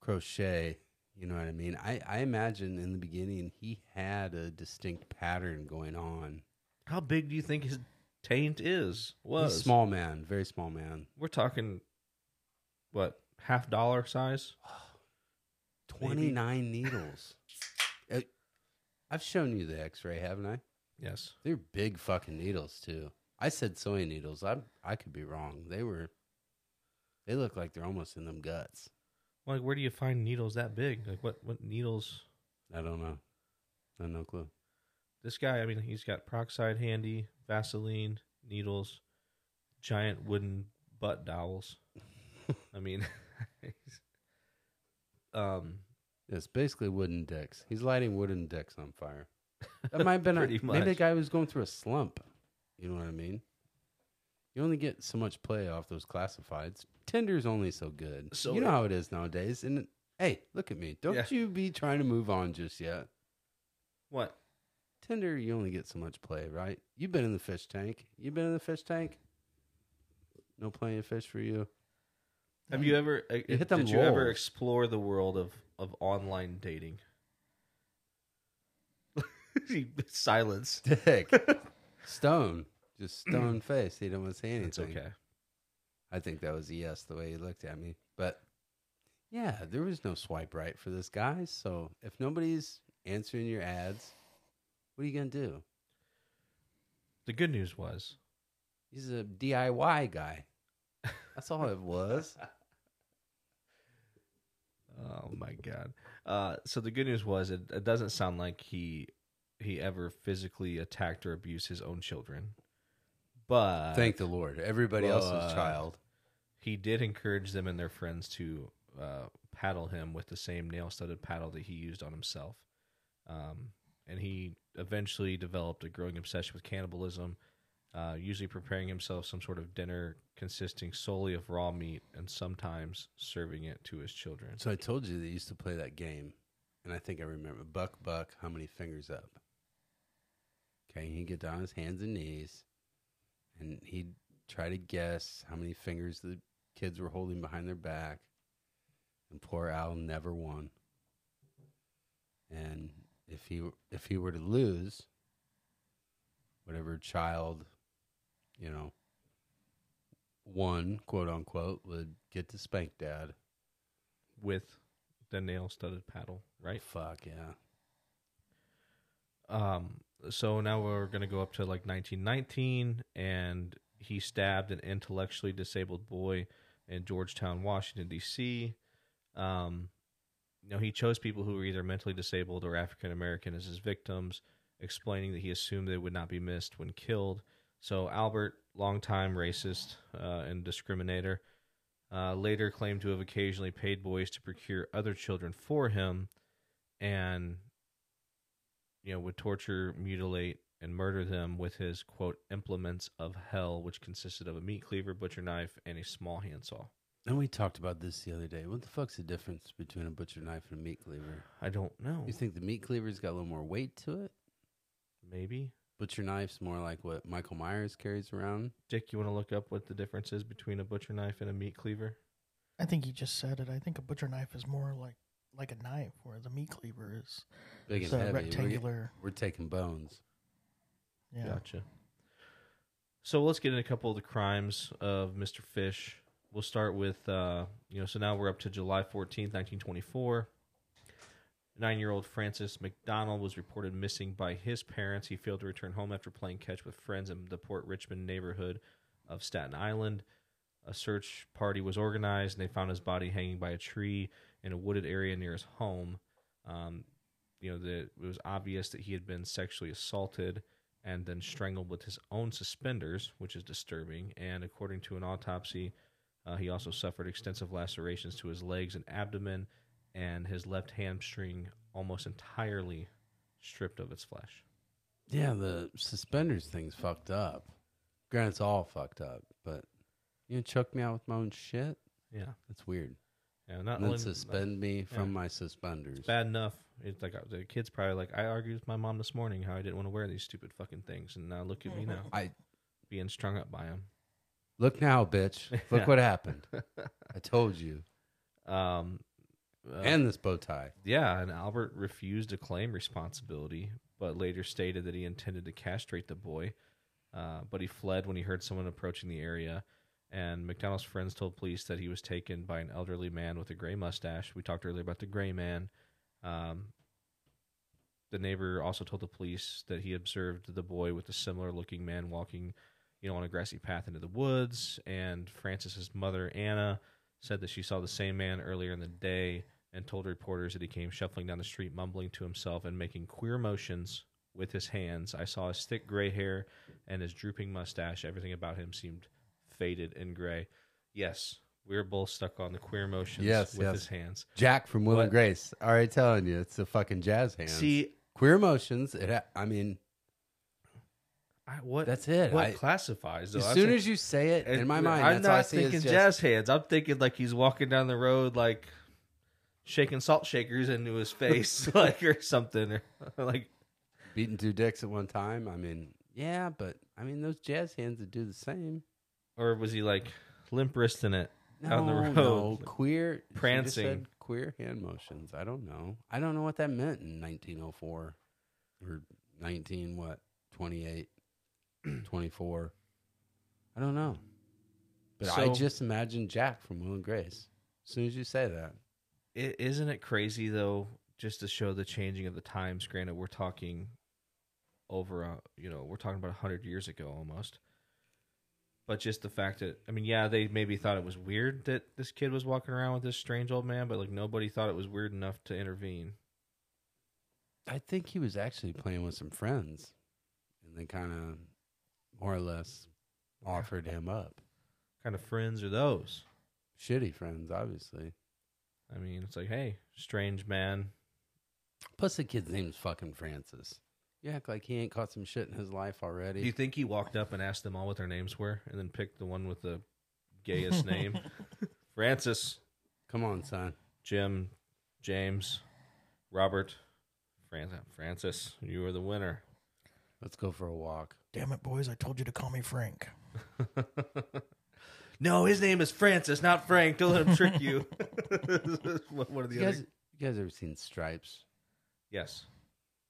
crochet. You know what I mean? I, I imagine in the beginning he had a distinct pattern going on. How big do you think his taint is? He's Was a small man, very small man. We're talking what half dollar size? Twenty nine needles. Uh, I've shown you the X ray, haven't I? Yes. They're big fucking needles too. I said sewing needles. I I could be wrong. They were They look like they're almost in them guts. Like, where do you find needles that big? Like, what what needles? I don't know. I have no clue. This guy, I mean, he's got peroxide handy, Vaseline, needles, giant wooden butt dowels. I mean, he's- um, It's basically wooden dicks. He's lighting wooden dicks on fire. That might have been a, Pretty maybe the much. guy was going through a slump. You know what I mean? You only get so much play off those classifieds. Tinder's only so good. So- you know how it is nowadays. And hey, look at me. Don't Yeah. you be trying to move on just yet. what? Tinder, you only get so much play, right? You've been in the fish tank. You've been in the fish tank. No playing fish for you. Have you ever? uh, You hit them did you ever lulls. explore the world of of online dating? Silence. Dick. stone. Just stone face. He didn't want to say anything. It's okay. I think that was a yes the way he looked at me. But yeah, there was no swipe right for this guy. So if nobody's answering your ads, what are you gonna do? The good news was He's a DIY guy. That's all it was. Oh my god. Uh, so the good news was it, it doesn't sound like he he ever physically attacked or abused his own children, but Thank the Lord. Everybody else's But- child. he did encourage them and their friends to uh, paddle him with the same nail studded paddle that he used on himself. Um, and he eventually developed a growing obsession with cannibalism, uh, usually preparing himself some sort of dinner consisting solely of raw meat and sometimes serving it to his children. So I told you they used to play that game, and I think I remember Buck Buck, how many fingers up? Okay, he'd get down on his hands and knees, and he'd try to guess how many fingers the kids were holding behind their back. And poor Al never won. And if he if he were to lose, whatever child, you know, won quote unquote would get to spank dad. with the nail studded paddle, right? Fuck yeah. Um, so now we're going to go up to like 1919, and he stabbed an intellectually disabled boy in Georgetown, Washington, D.C. Um, you know, he chose people who were either mentally disabled or African American as his victims, explaining that he assumed they would not be missed when killed. So Albert, longtime racist uh, and discriminator, uh, later claimed to have occasionally paid boys to procure other children for him, and you know would torture, mutilate, and murder them with his quote implements of hell, which consisted of a meat cleaver, butcher knife, and a small handsaw. And we talked about this the other day. What the fuck's the difference between a butcher knife and a meat cleaver? I don't know. You think the meat cleaver's got a little more weight to it? Maybe Butcher knife's more like what Michael Myers carries around. Dick, you want to look up what the difference is between a butcher knife and a meat cleaver? I think he just said it. I think a butcher knife is more like like a knife, whereas a meat cleaver is Big and the heavy. We're get- rectangular. We're, taking bones. Yeah. Gotcha. So let's get into a couple of the crimes of Mr. Fish. We'll start with, uh, you know, so now we're up to July 14th, 1924. Nine year old Francis McDonald was reported missing by his parents. He failed to return home after playing catch with friends in the Port Richmond neighborhood of Staten Island. A search party was organized, and they found his body hanging by a tree in a wooded area near his home. Um, you know, the, it was obvious that he had been sexually assaulted and then strangled with his own suspenders, which is disturbing. And according to an autopsy, uh, he also suffered extensive lacerations to his legs and abdomen, and his left hamstring almost entirely stripped of its flesh. Yeah, the suspenders thing's fucked up. Granted, it's all fucked up, but you know, choke me out with my own shit? Yeah, That's weird. yeah, not And then only- suspend me from yeah. my suspenders. It's bad enough. It's like uh, the kid's probably like, I argued with my mom this morning how I didn't want to wear these stupid fucking things, and now look at me now, I being strung up by him. look now, bitch. Look Yeah. what happened. I told you. Um, uh, and this bow tie. Yeah, and Albert refused to claim responsibility, but later stated that he intended to castrate the boy. Uh, but he fled when he heard someone approaching the area. And McDonald's friends told police that he was taken by an elderly man with a gray mustache. We talked earlier about the gray man. Um, the neighbor also told the police that he observed the boy with a similar looking man walking, you know, on a grassy path into the woods. And Francis's mother, Anna, said that she saw the same man earlier in the day and told reporters that he came shuffling down the street, mumbling to himself and making queer motions with his hands. I saw his thick gray hair and his drooping mustache. Everything about him seemed faded and gray. Yes, we are both stuck on the queer motions Yes, with yes. his hands. Jack from Will What? and Grace. Already telling you, it's a fucking jazz hand. See, queer emotions. It. ha- I mean, I, what That's it. What I- classifies though? as I'm soon saying- as you say it, in my And mind, I'm that's not all I see is thinking just- jazz hands. I'm thinking like he's walking down the road, like shaking salt shakers into his face, like or something, or like beating two dicks at one time. I mean, yeah, but I mean, those jazz hands that do the same. or was he like limp wristing it? No, Down the road. no, queer she just Prancing. said queer hand motions. I don't know. I don't know what that meant in 1904 or 19 what 28, 24. I don't know. But I So- just imagine Jack from Will and Grace. As soon as you say that, is isn't it crazy though? Just to show the changing of the times. Granted, we're talking over, a, you know, we're talking about hundred years ago almost. But just the fact that, I mean, yeah, they maybe thought it was weird that this kid was walking around with this strange old man, but like nobody thought it was weird enough to intervene. I think he was actually playing with some friends, and they kind of more or less offered him up. kind of friends are those? Shitty friends, obviously. I mean, it's like, hey, strange man. Plus, the kid's name's fucking Francis. You act like he ain't caught some shit in his life Do already. you think he walked up and asked them all what their names were and then picked the one with the gayest name? Francis, Come on, son. Jim, James, Robert, Fran- Francis, you are the winner. Let's go for a walk. Damn it, boys! I told you to call me Frank. no, his name is Francis, not Frank. Don't let him trick you. one of the You other. guys, you guys ever seen Stripes? Yes.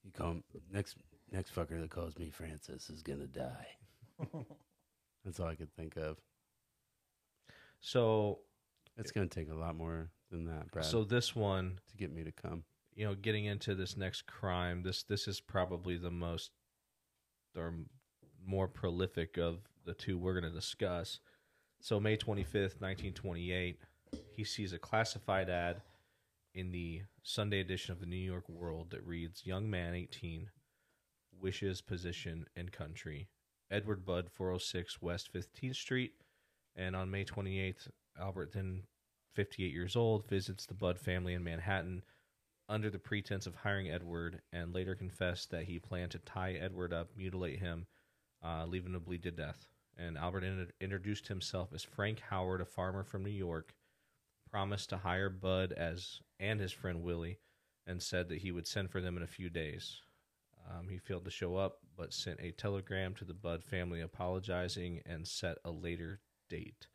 You call him, next next fucker that calls me Francis is gonna die. That's all I could think of. So, It's gonna take a lot more than that, Brad, so this one to get me to come. you know getting into this next crime this this is probably the most or more prolific of the two we're going to discuss so may 25th 1928 he sees a classified ad in the sunday edition of the new york world that reads young man 18 wishes position and country edward budd 406 west 15th street and on may 28th albert then 58 years old visits the budd family in manhattan under the pretense of hiring Edward, and later confessed that he planned to tie Edward up, mutilate him, uh, leave him to bleed to death. And Albert in- introduced himself as Frank Howard, a farmer from New York, promised to hire Bud as and his friend Willie, and said that he would send for them in a few days. Um, he failed to show up, but sent a telegram to the Bud family apologizing and set a later date.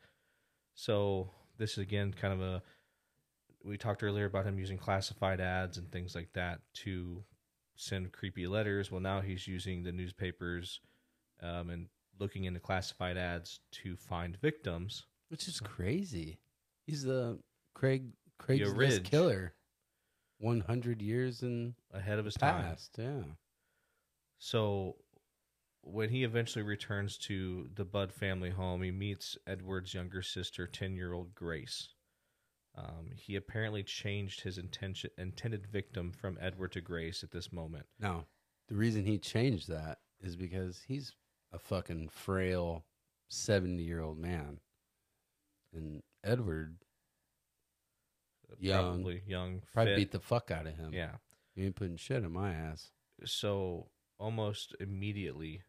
So this is again kind of a we talked earlier about him using classified ads and things like that to send creepy letters. Well, now he's using the newspapers um, and looking into classified ads to find victims. Which is crazy. He's the Craig Craigslist Ridge. killer. One hundred years in ahead of his time. past, yeah. So when he eventually returns to the Bud family home, he meets Edward's younger sister, 10 year old Grace. Um, he apparently changed his intention, intended victim from Edward to Grace at this moment. Now, the reason he changed that is because he's a fucking frail 70 year old man. And Edward Young. Probably young. probably fit. beat the fuck out of him. Yeah. You ain't putting shit in my ass. so almost immediately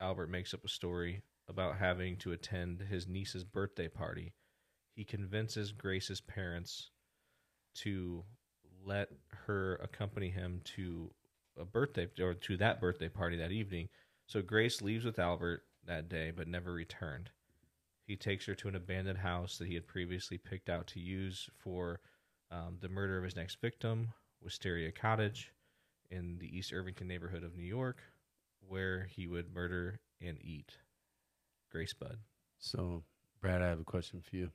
albert makes up a story about having to attend his niece's birthday party he convinces grace's parents to let her accompany him to a birthday or to that birthday party that evening so grace leaves with albert that day but never returned he takes her to an abandoned house that he had previously picked out to use for um, the murder of his next victim wisteria cottage in the East Irvington neighborhood of New York, where he would murder and eat Grace Bud. So, Brad, I have a question for you.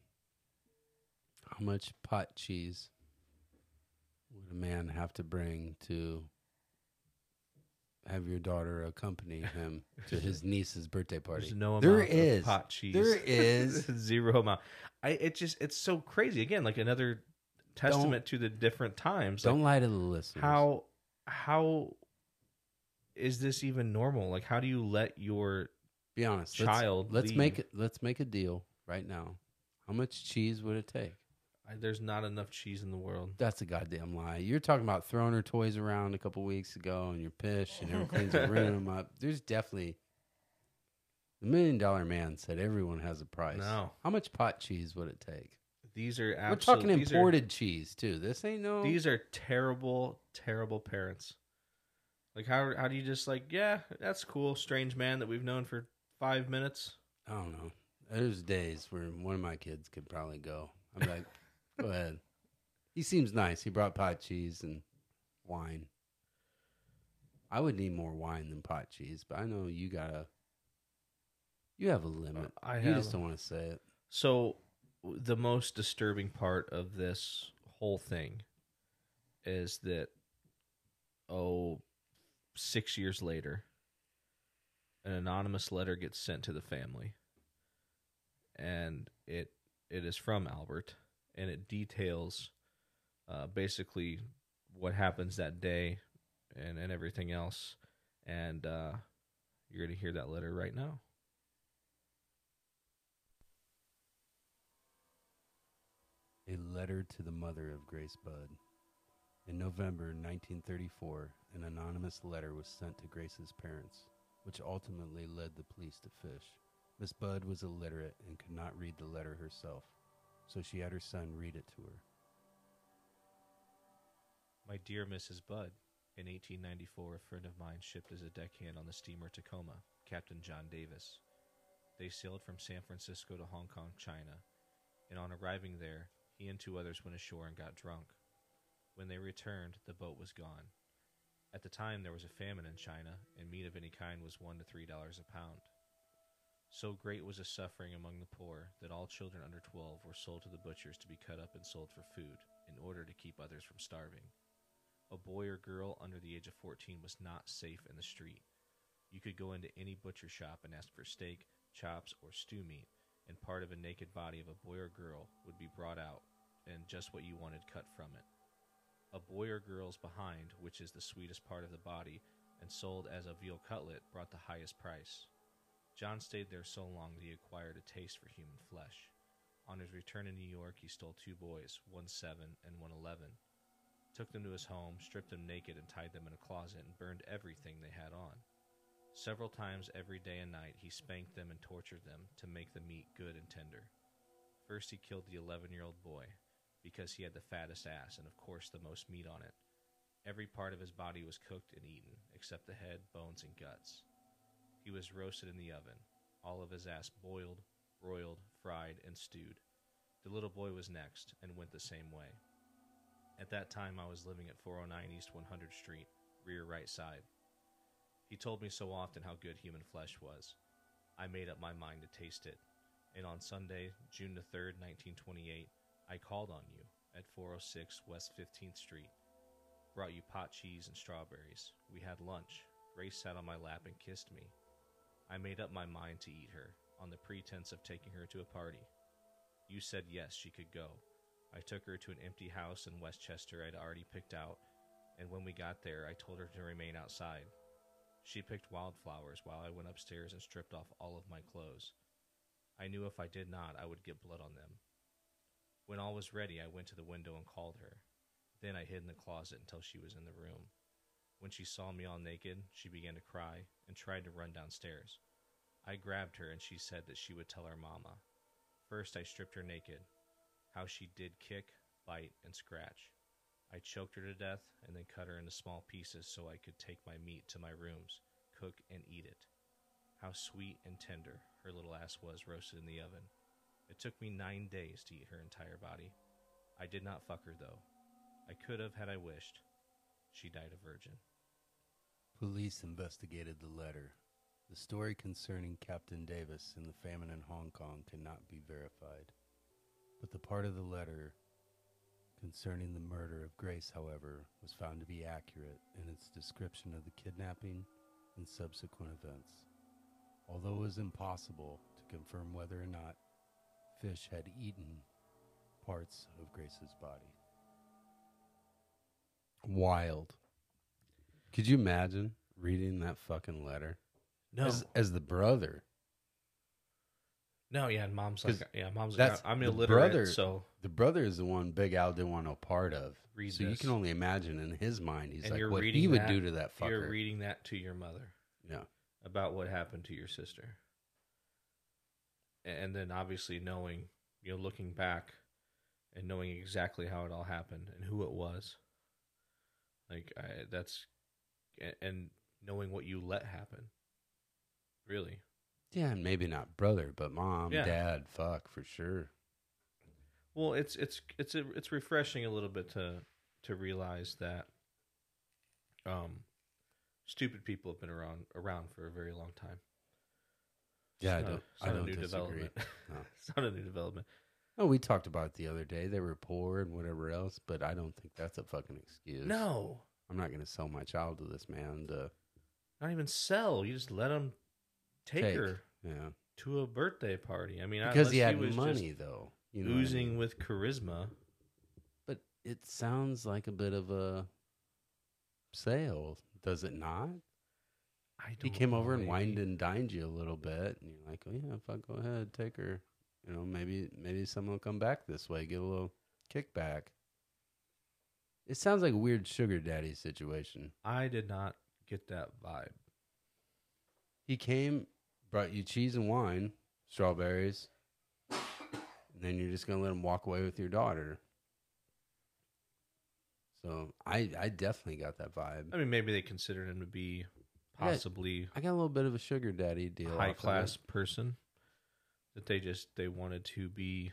How much pot cheese would a man have to bring to have your daughter accompany him to his niece's birthday party? There's no amount There of is. pot cheese. There is. zero amount. I it just it's so crazy. Again, like another testament to the different times. Like, Don't lie to the listeners. how how is this even normal? Like how do you let your Be honest. child Let's, let's leave. make it- let's make a deal right now. How much cheese would it take? I, there's not enough cheese in the world. That's a goddamn lie. You're talking about throwing her toys around a couple weeks ago, and you're pissed. She never cleans her room up. There's definitely the million dollar man said everyone has a price. No. How much pot cheese would it take? These are We're absolute, talking these are- imported cheese too. This ain't no. These are terrible, terrible parents. Like how how do you just like yeah that's cool strange man that we've known for five minutes. I don't know. There's days where one of my kids could probably go. I'm like, go ahead. He seems nice. He brought pot cheese and wine. I would need more wine than pot cheese, but I know you gotta. You have a limit. I you have- just don't want to say it. So w- the most disturbing part of this whole thing is that oh six years later an anonymous letter gets sent to the family and it it is from Albert and it details uh, basically what happens that day and and everything else and uh, you're gonna hear that letter right now A letter to the mother of Grace Budd. In November 1934, an anonymous letter was sent to Grace's parents, which ultimately led the police to Fish. Miss Budd was illiterate and could not read the letter herself, so she had her son read it to her. My dear Mrs. Budd, in 1894, a friend of mine shipped as a deckhand on the steamer Tacoma, Captain John Davis. They sailed from San Francisco to Hong Kong, China, and on arriving there, he and two others went ashore and got drunk. When they returned, the boat was gone. At the time, there was a famine in China, and meat of any kind was one to three dollars a pound. So great was the suffering among the poor that all children under twelve were sold to the butchers to be cut up and sold for food in order to keep others from starving. A boy or girl under the age of 14 was not safe in the street. You could go into any butcher shop and ask for steak, chops, or stew meat, and part of a naked body of a boy or girl would be brought out and just what you wanted cut from it. A boy or girl's behind, which is the sweetest part of the body and sold as a veal cutlet, brought the highest price. John stayed there so long that he acquired a taste for human flesh. On his return to New York, he stole two boys, one seven and one eleven took them to his home, stripped them naked, and tied them in a closet and burned everything they had on. Several times every day and night, he spanked them and tortured them to make the meat good and tender. First, he killed the 11 year old boy because he had the fattest ass and, of course, the most meat on it. Every part of his body was cooked and eaten, except the head, bones, and guts. He was roasted in the oven, all of his ass boiled, broiled, fried, and stewed. The little boy was next and went the same way. At that time, I was living at 409 East 100th Street, rear right side. He told me so often how good human flesh was. I made up my mind to taste it. And on Sunday, June the 3rd, 1928, I called on you at 406 West 15th Street. Brought you pot cheese and strawberries. We had lunch. Grace sat on my lap and kissed me. I made up my mind to eat her, on the pretense of taking her to a party. You said yes, she could go. I took her to an empty house in Westchester I'd already picked out, and when we got there, I told her to remain outside. She picked wildflowers while I went upstairs and stripped off all of my clothes. I knew if I did not, I would get blood on them. When all was ready, I went to the window and called her. Then I hid in the closet until she was in the room. When she saw me all naked, she began to cry and tried to run downstairs. I grabbed her and she said that she would tell her mama. First, I stripped her naked. How she did kick, bite, and scratch. I choked her to death and then cut her into small pieces so I could take my meat to my rooms, cook, and eat it. How sweet and tender her little ass was roasted in the oven. It took me nine days to eat her entire body. I did not fuck her, though. I could have had I wished. She died a virgin. Police investigated the letter. The story concerning Captain Davis and the famine in Hong Kong cannot be verified. But the part of the letter concerning the murder of Grace, however, was found to be accurate in its description of the kidnapping and subsequent events. Although it was impossible to confirm whether or not fish had eaten parts of Grace's body. Wild. Could you imagine reading that fucking letter? No, As, as the brother, no, yeah, and mom's 'Cause like, yeah, mom's like, that's I'm the illiterate, brother- so the brother is the one Big Al didn't want no part of. Read so you this. can only imagine in his mind, he's And like, you're what he reading would that- do to that fucker. you're reading that to your mother yeah. about what happened to your sister, A- and then obviously knowing, you know, looking back, and knowing exactly how it all happened and who it was. Like I, that's, a- and knowing what you let happen. Really, Yeah, and maybe not brother, but mom, Yeah. dad, fuck for sure. Well, it's it's it's a, it's refreshing a little bit to to realize that um stupid people have been around around for a very long time. It's Yeah, I not a- don't- it's I not a don't new disagree. development. No. It's not a new development. Oh, we talked about it the other day. They were poor and whatever else, but I don't think that's a fucking excuse. No, I'm not going to sell my child to this man to not even sell. You just let them take, take. her Yeah. to a birthday party. I mean, Because unless he had was money, just though. You know what I oozing mean? with charisma. But it sounds like a bit of a sale, does it not? I He don't came know, over and maybe. wined and dined you a little bit, and you're like, oh, yeah, fuck, go ahead, take her. You know, maybe maybe someone will come back this way, get a little kickback. It sounds like a weird sugar daddy situation. I did not get that vibe. He came, brought you cheese and wine, strawberries, and then you're just gonna let him walk away with your daughter. So I, I definitely got that vibe. I mean, maybe they considered him to be I got- possibly. I got a little bit of a sugar daddy deal. off high of it. class person that they just they wanted to be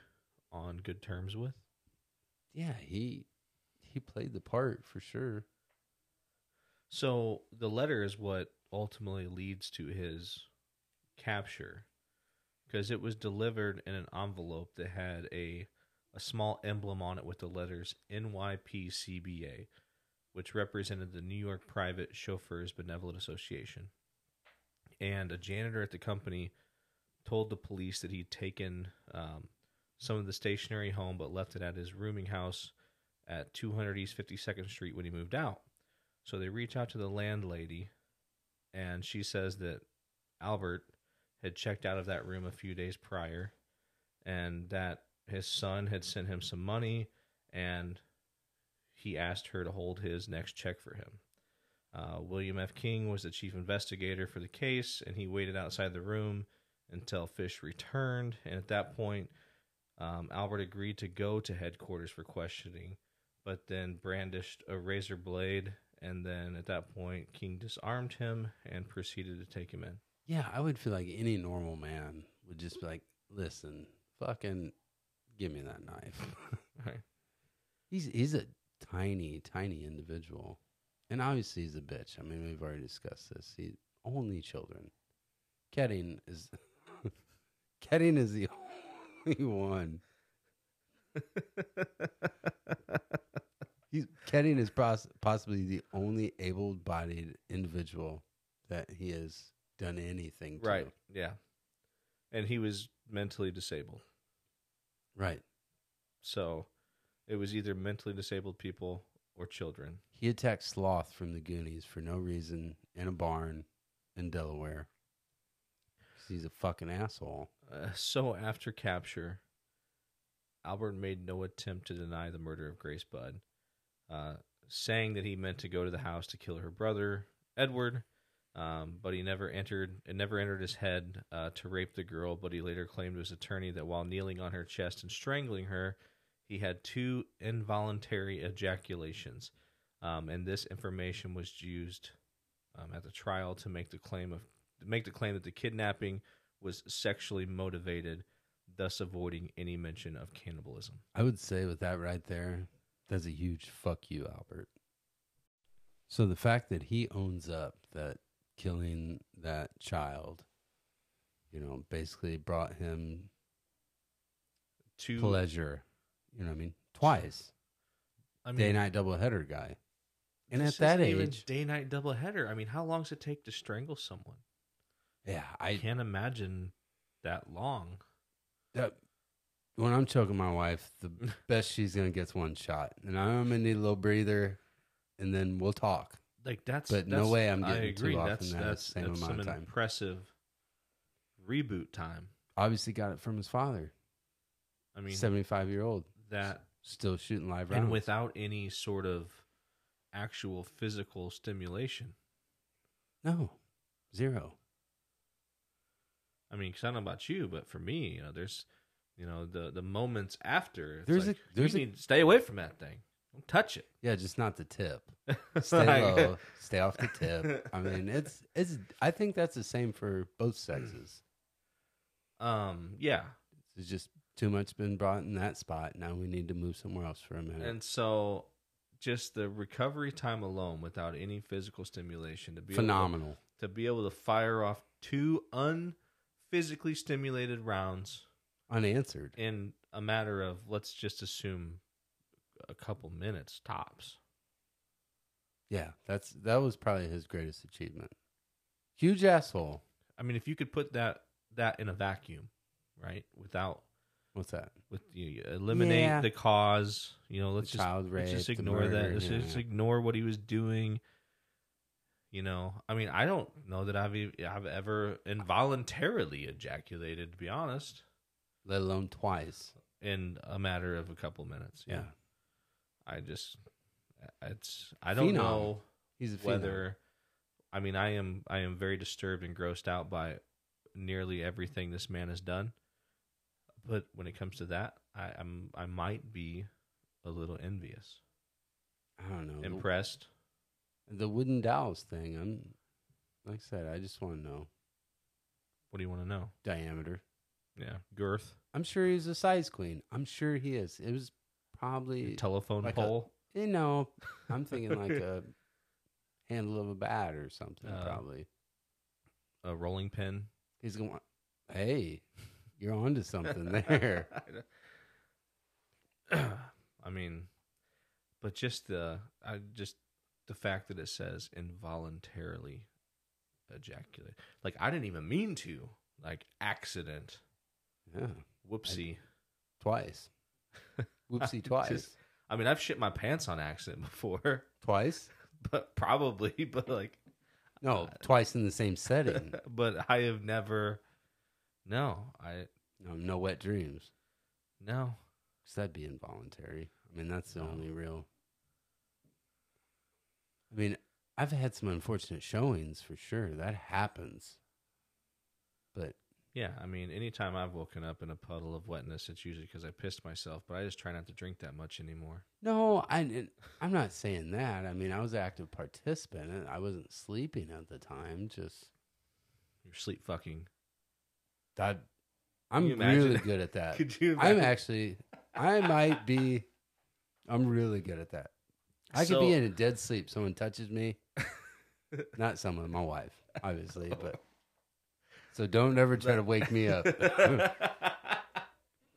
on good terms with. Yeah, he he played the part for sure. So the letter is what ultimately leads to his capture because it was delivered in an envelope that had a a small emblem on it with the letters NYPCBA, which represented the New York Private Chauffeurs Benevolent Association. And a janitor at the company told the police that he'd taken um, some of the stationery home but left it at his rooming house at 200 East 52nd Street when he moved out. So they reach out to the landlady, and she says that Albert had checked out of that room a few days prior, and that his son had sent him some money, and he asked her to hold his next check for him. Uh, William F. King was the chief investigator for the case, and he waited outside the room until Fish returned. And at that point, um, Albert agreed to go to headquarters for questioning but then brandished a razor blade. And then at that point, King disarmed him and proceeded to take him in. Yeah, I would feel like any normal man would just be like, listen, fucking give me that knife. Right. He's he's a tiny, tiny individual, and obviously he's a bitch. I mean, we've already discussed this. He only children. Ketting is Ketting is the only one. He's Ketting is pos- possibly the only able-bodied individual that he has done anything to. Right. Yeah. And he was mentally disabled. Right. So it was either mentally disabled people or children. He attacked Sloth from the Goonies for no reason in a barn in Delaware. 'Cause He's a fucking asshole. Uh, so after capture, Albert made no attempt to deny the murder of Grace Budd, uh, saying that he meant to go to the house to kill her brother Edward, um, but he never entered. It never entered his head uh, to rape the girl. But he later claimed to his attorney that while kneeling on her chest and strangling her, he had two involuntary ejaculations, um, and this information was used um, at the trial to make the claim of make the claim that the kidnapping was sexually motivated, thus avoiding any mention of cannibalism. I would say with that right there, that's a huge fuck you, Albert. So the fact that he owns up that killing that child, you know, basically brought him Two, pleasure. You know what I mean? Twice. I mean, Day night doubleheader guy. And this at that isn't even age, day night doubleheader. I mean, how long does it take to strangle someone? yeah, I I can't imagine that long. that when I'm choking my wife, the best she's gonna get's one shot, and I'm gonna need a little breather, and then we'll talk. Like that's But no that's- way I'm I getting two agree. off that's, in that that's, same that's amount some of time. impressive reboot time. Obviously, got it from his father, I mean 75 year old, that still shooting live rounds. and without any sort of actual physical stimulation. no, zero. I mean, 'cause I don't know about you, but for me, you know, there's you know the the moments after. It's There's like, a- there's you a- need to stay away from that thing. Don't touch it. Yeah, just not the tip. It's Stay like- low, stay off the tip. I mean, it's it's. I think that's the same for both sexes. Um, yeah, It's just too much been brought in that spot. Now we need to move somewhere else for a minute. and so just the recovery time alone, without any physical stimulation, to be able to- Phenomenal. to be able to fire off two unphysically stimulated rounds Unanswered. in a matter of let's just assume a couple minutes tops. Yeah, that's that was probably his greatest achievement. Huge asshole. I mean, if you could put that that in a vacuum, right? Without What's that? with you, you eliminate Yeah. the cause. You know, let's The just child let's just rape, the ignore that. murder, Let's yeah. just ignore what he was doing. You know, I mean, I don't know that I've e- I've ever involuntarily ejaculated, to be honest, Let alone twice. in a matter of a couple minutes. Yeah, I just it's I don't Phenom. know he's a phenom. whether I mean I am I am very disturbed and grossed out by nearly everything this man has done. But when it comes to that, I, I'm I might be a little envious, I don't know. The- impressed. The, wooden dowels thing. I'm like I said. I just want to know What do you want to know? diameter. Yeah, girth, I'm sure he's a size queen. I'm sure he is. It was probably telephone like a- pole. you know. I'm thinking like a handle of a bat or something. Uh, probably A rolling pin. he's going. Hey, you're onto something there. I mean, but just the I just the fact that it says involuntarily ejaculate. Like I didn't even mean to. Like accident. Yeah, Whoopsie. twice. Whoopsie, twice. Just- I mean, I've shit my pants on accident before, Twice? but probably, but like, No, Uh, twice in the same setting. but I have never. No, I No, no wet dreams. no. 'Cause that'd be involuntary. I mean, that's the No. only real. I mean, I've had some unfortunate showings for sure. That happens. But Yeah, I mean, anytime I've woken up in a puddle of wetness, it's usually because I pissed myself. But I just try not to drink that much anymore. no, I, and I'm not saying that. I mean, I was an active participant. and I wasn't sleeping at the time. Just You're sleep fucking. that. I'm you imagine? really good at that. Could you? I'm imagine? actually, I might be, I'm really good at that. I could So- be in a dead sleep. Someone touches me. Not someone, my wife, obviously, but so don't ever try to wake me up.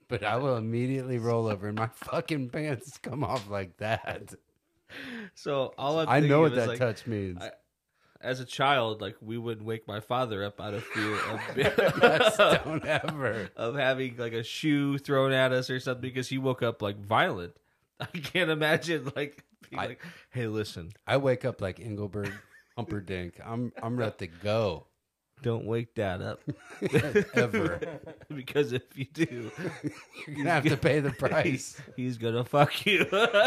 but I will immediately roll over and my fucking pants come off like that. so all I'm i know thinking what of is, that like, touch means. I- As a child, like we would wake my father up out of fear of, That's- don't ever. of having like a shoe thrown at us or something because he woke up like violent. I can't imagine like being I- like, "Hey, listen, I wake up like Engelberg Humperdinck. I'm I'm ready to go. don't wake Dad up ever. because if you do, You're gonna have to pay the price. he's, he's gonna fuck you."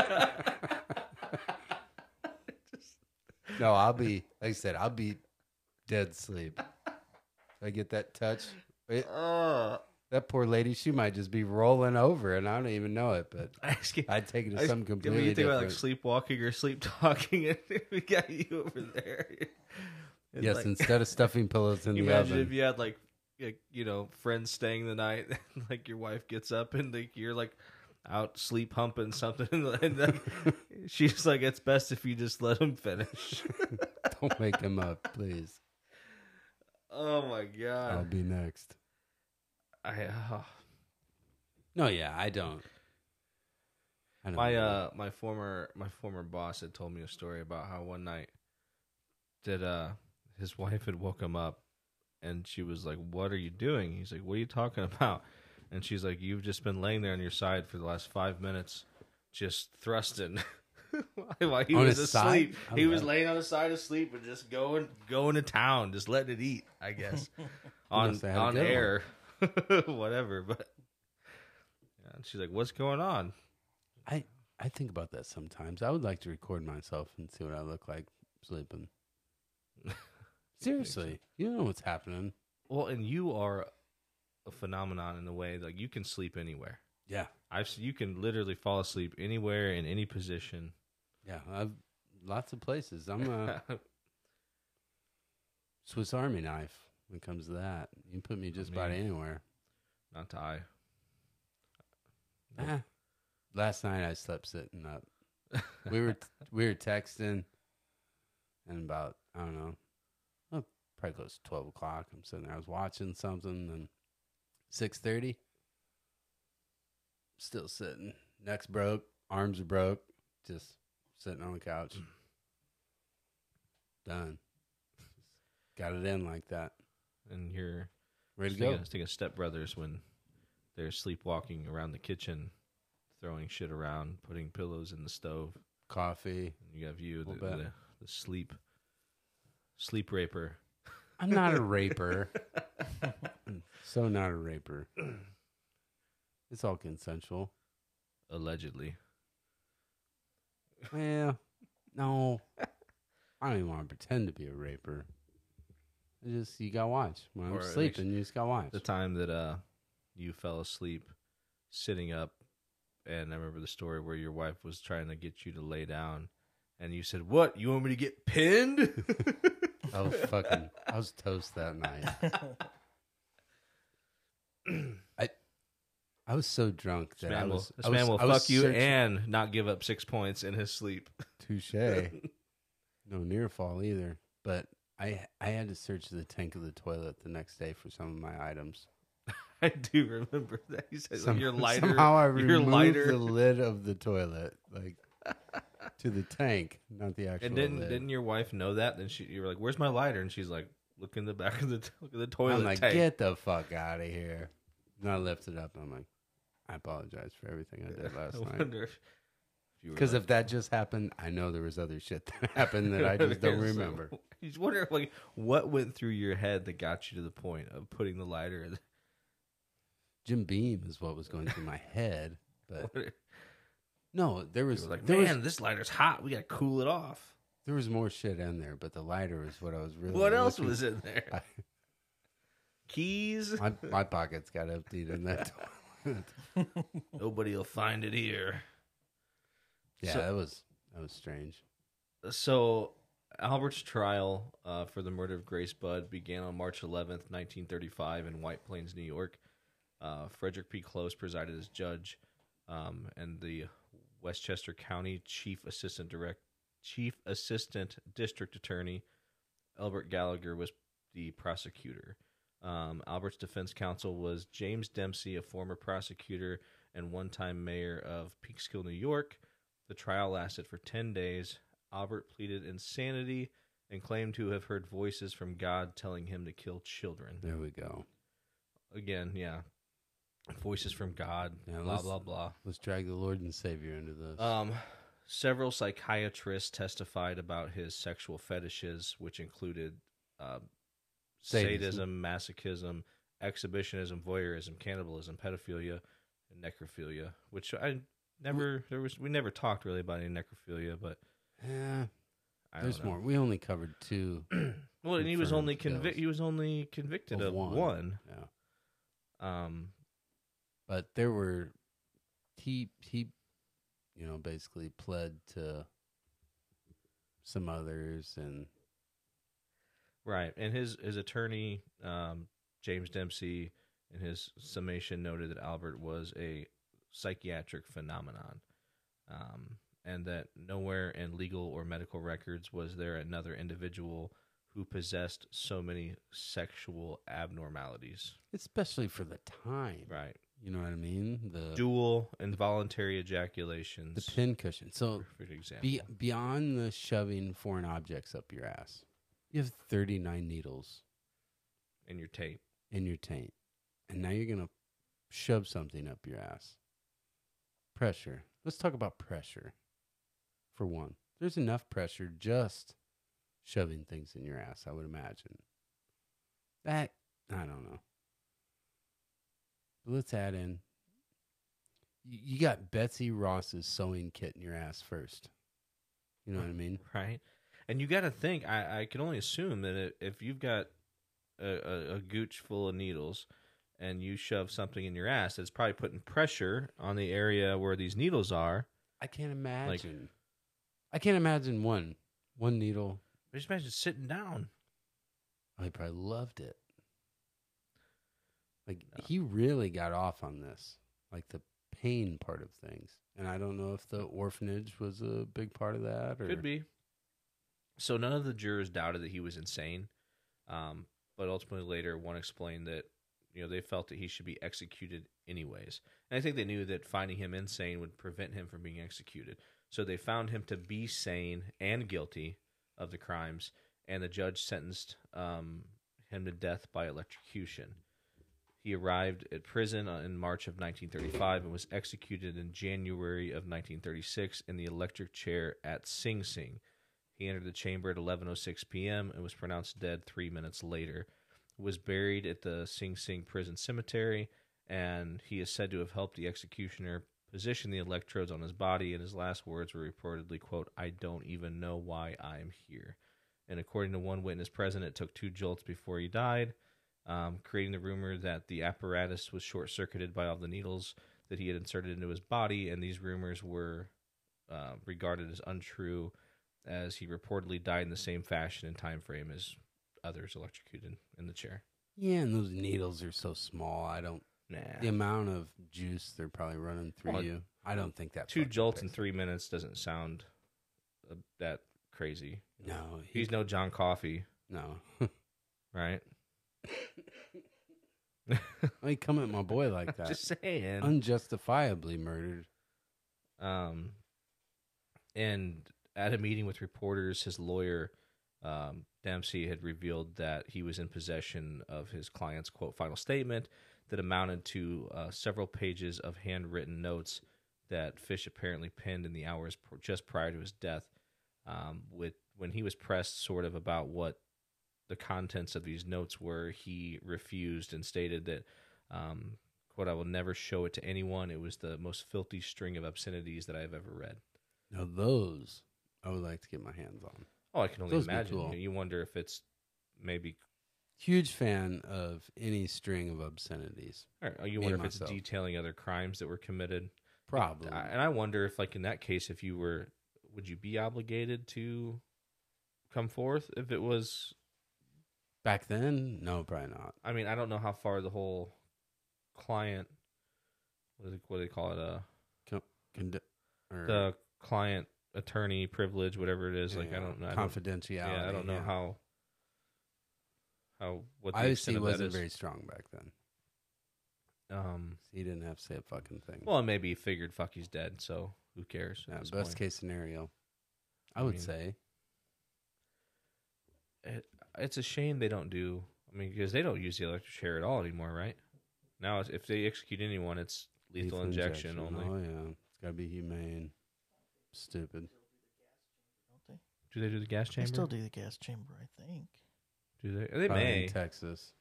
Oh, No, I'll be like I said, I'll be dead sleep. I get that touch. It- oh, that poor lady, she might just be rolling over, and I don't even know it. But I just can't. I'd take I it to just- some I mean, completely you think different. about like sleepwalking or sleep talking, and we got you over there. It's yes, like- instead of stuffing pillows in You the imagine oven, if you had like, like you know friends staying the night and like your wife gets up and like you're like out sleep humping something and like, she's like it's best if you just let him finish don't wake him up, please. oh my I'll god be next. I, oh. No, yeah, I don't. I don't my know. uh my former my former boss had told me a story about how one night that uh his wife had woke him up and she was like what are you doing he's like what are you talking about and she's like, "You've just been laying there on your side for the last five minutes, just thrusting." While he On was his side? asleep, I he was love it. laying on his side asleep and just going going to town, just letting it eat. I guess on must have had a on good one. air, whatever. But yeah, and she's like, "What's going on?" I I think about that sometimes. I would like to record myself and see what I look like sleeping. Seriously, you know what's happening. Well, and you are a phenomenon in the way like you can sleep anywhere. Yeah, I've s- you can literally fall asleep anywhere in any position. yeah. I've lots of places. I'm uh, a Swiss Army knife when it comes to that. You can put me just about mean- anywhere. Not to I. Ah. Last night I slept sitting up. We were we were texting, and about I don't know, oh, probably close to twelve o'clock. I'm sitting there. I was watching something, and six thirty, still sitting. Necks broke, arms are broke, just sitting on the couch. Done. Got it in like that. and you're Ready Just to go. think of- think of stepbrothers when they're sleepwalking around the kitchen, throwing shit around, putting pillows in the stove. Coffee. And you have you, the, Little bit. the, the sleep sleep raper. I'm not a raper. so not a raper. It's all consensual. Allegedly, Well, no. I don't even want to pretend to be a raper. I just you gotta watch. When I'm Or at sleeping, you just gotta watch. the time that uh you fell asleep sitting up, and I remember the story where your wife was trying to get you to lay down, and you said, "What? You want me to get pinned?" oh fucking I was toast that night. I I was so drunk This that I man will, was, this I was- man will I was fuck you searching- and not give up six points in his sleep. Touche. no near fall either. But I I had to search the tank of the toilet the next day for some of my items. I do remember that. He said, like, Some- "Your lighter, Somehow I your removed lighter." the lid of the toilet, like to the tank, not the actual. and didn't lid. didn't your wife know that? Then she, you were like, "Where's my lighter?" And she's like, "Look in the back of the look at the toilet I'm like, tank." get the fuck out of here. And I lifted it up. And I'm like, I apologize for everything I did last I night. wonder if, if you were Because like- if that just happened, I know there was other shit that happened that I just don't It's like, remember. you just wonder like what went through your head that got you to the point of putting the lighter in. Jim Beam is what was going through my head, but The no, there you was were like, there "Man, was this lighter's hot. We gotta cool it off." there was more shit in there, but the lighter is what I was really. What else looking- was in there? I- Keys. my my pockets got emptied in that toilet. Nobody will find it here. Yeah, So- that was that was strange. so Albert's trial uh, for the murder of Grace Budd began on March 11th, 1935, in White Plains, New York. Uh, Frederick P. Close presided as judge, um, and the Westchester County Chief Assistant Direct Chief Assistant District Attorney Albert Gallagher was the prosecutor. Um, Albert's defense counsel was James Dempsey, a former prosecutor and one-time mayor of Peekskill, New York. The trial lasted for 10 days. Albert pleaded insanity and claimed to have heard voices from God telling him to kill children. There we go. Again, yeah. Voices from God, Yeah, blah, let's- blah, blah. Let's drag the Lord and Savior into this. Um, several psychiatrists testified about his sexual fetishes, which included uh, sadism. Sadism. masochism, exhibitionism, voyeurism, cannibalism, pedophilia, and necrophilia. Which I never there was we never talked really about any necrophilia, but Eh, I there's don't know. more. We only covered two. Well, and he was confirmed only convicted. those. He was only convicted Of of, one. one. Yeah. Um, But there were he he you know basically pled to some others and Right, and his his attorney, um, James Dempsey, in his summation noted that Albert was a psychiatric phenomenon, um, and that nowhere in legal or medical records was there another individual who possessed so many sexual abnormalities. especially for the time. Right, You know what I mean? The dual involuntary ejaculations. the pincushion. So for example. Be- beyond the shoving foreign objects up your ass, you have 39 needles in your tape. in your taint. And now you're going to shove something up your ass. Pressure. Let's talk about pressure. For one, there's enough pressure just shoving things in your ass, I would imagine. That, I don't know. But let's add in. You you got Betsy Ross's sewing kit in your ass first. You know what I mean? right? And you got to think. I, I can only assume that i- if you've got a, a, a gooch full of needles and you shove something in your ass, it's probably putting pressure on the area where these needles are. I can't imagine. I can't imagine one one needle. But just imagine sitting down. I probably loved it. Like No. he really got off on this, like the pain part of things. And I don't know if the orphanage was a big part of that, or Could be. So none of the jurors doubted that he was insane, um, but ultimately later one explained that you know they felt that he should be executed anyways, and I think they knew that finding him insane would prevent him from being executed. So they found him to be sane and guilty of the crimes, and the judge sentenced um, him to death by electrocution. He arrived at prison on- in March of 1935 and was executed in January of 1936 in the electric chair at Sing Sing. He entered the chamber at 11:06 p.m. and was pronounced dead 3 minutes later. Was buried at the Sing Sing prison cemetery and he is said to have helped the executioner position the electrodes on his body and his last words were reportedly quote I don't even know why I'm here. And according to one witness present, it took two jolts before he died um, creating the rumor that the apparatus was short circuited by all the needles that he had inserted into his body, and these rumors were uh, regarded as untrue, as he reportedly died in the same fashion and time frame as others electrocuted in the chair. yeah. And those needles are so small. I don't. Nah, The amount of juice they're probably running through Well, you. I don't think that two fucking jolts in fits. three minutes doesn't sound uh, that crazy. No, he- He's no John Coffey, no. right? I mean, come at my boy like that. Just saying. Unjustifiably murdered. Um, and at a meeting with reporters, his lawyer, um, Dempsey, had revealed that he was in possession of his client's quote final statement that amounted to uh, several pages of handwritten notes that Fish apparently penned in the hours pr- just prior to his death. Um, with when he was pressed, sort of about what the contents of these notes were, he refused and stated that um, quote, I will never show it to anyone. It was the most filthy string of obscenities that I've ever read. Now those I would like to get my hands on. Oh, I can only Those be imagine. cool. You wonder if it's maybe, Huge fan of any string of obscenities. or you Me wonder if and it's myself. detailing other crimes that were committed. Probably. I- And I wonder if, like in that case, if you were, would you be obligated to come forth if it was? Back then, no, probably not. I mean, I don't know how far the whole client, what do they, what do they call it? Uh, Com- condi- or, the client attorney privilege, whatever it is. Like I yeah, don't know. I don't- Confidentiality. yeah, I don't know yeah. how how what the Obviously, extent he of that wasn't is. very strong back then. um, He didn't have to say a fucking thing. well, and maybe he figured fuck he's dead, so who cares? at Yeah, this best point. case scenario, I, I would mean- say. It, it's a shame they don't do. I mean, because they don't use the electric chair at all anymore, right? Now, if- if they execute anyone, it's lethal, injection, only. Oh yeah, it's gotta be humane. Stupid. don't Do they do the gas they? They chamber? still do the gas chamber, I think. Do they? They Probably may. in Texas.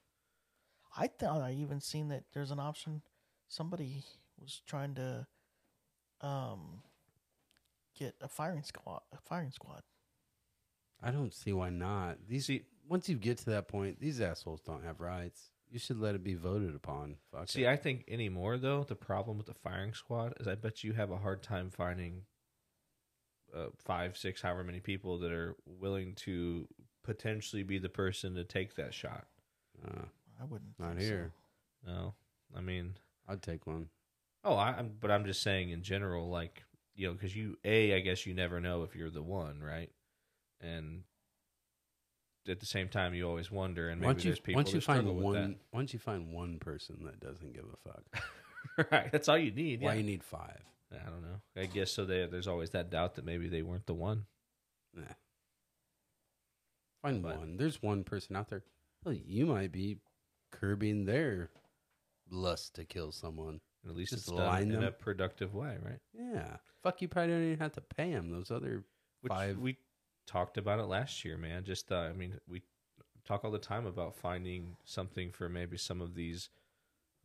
I thought I even seen that there's an option. Somebody was trying to um get a firing squad. A firing squad. I don't see why not. These See- once you get to that point, these assholes don't have rights. You should let it be voted upon. Fuck See, it. I think anymore though, the problem with the firing squad is I bet you have a hard time finding uh, five, six, however many people that are willing to potentially be the person to take that shot. Uh, I wouldn't. Not think so. here. No, I mean, I'd take one. oh, I, I'm, but I'm just saying in general, like you know, because you a, I guess you never know if you're the one, right? And at the same time, you always wonder, and maybe once you there's people once that you find struggle with one once you find one person that doesn't give a fuck, that. right? That's all you need. why yeah. you need five? I don't know. I guess so. They, there's always that doubt that maybe they weren't the one. Nah. Find But- one. There's one person out there. Well, you might be curbing their lust to kill someone. And at least Just it's done line in a them. productive way, right? Yeah. Fuck, you probably don't even have to pay him. Those other. Which Five. we talked about it last year, man. Just uh, I mean, we talk all the time about finding something for maybe some of these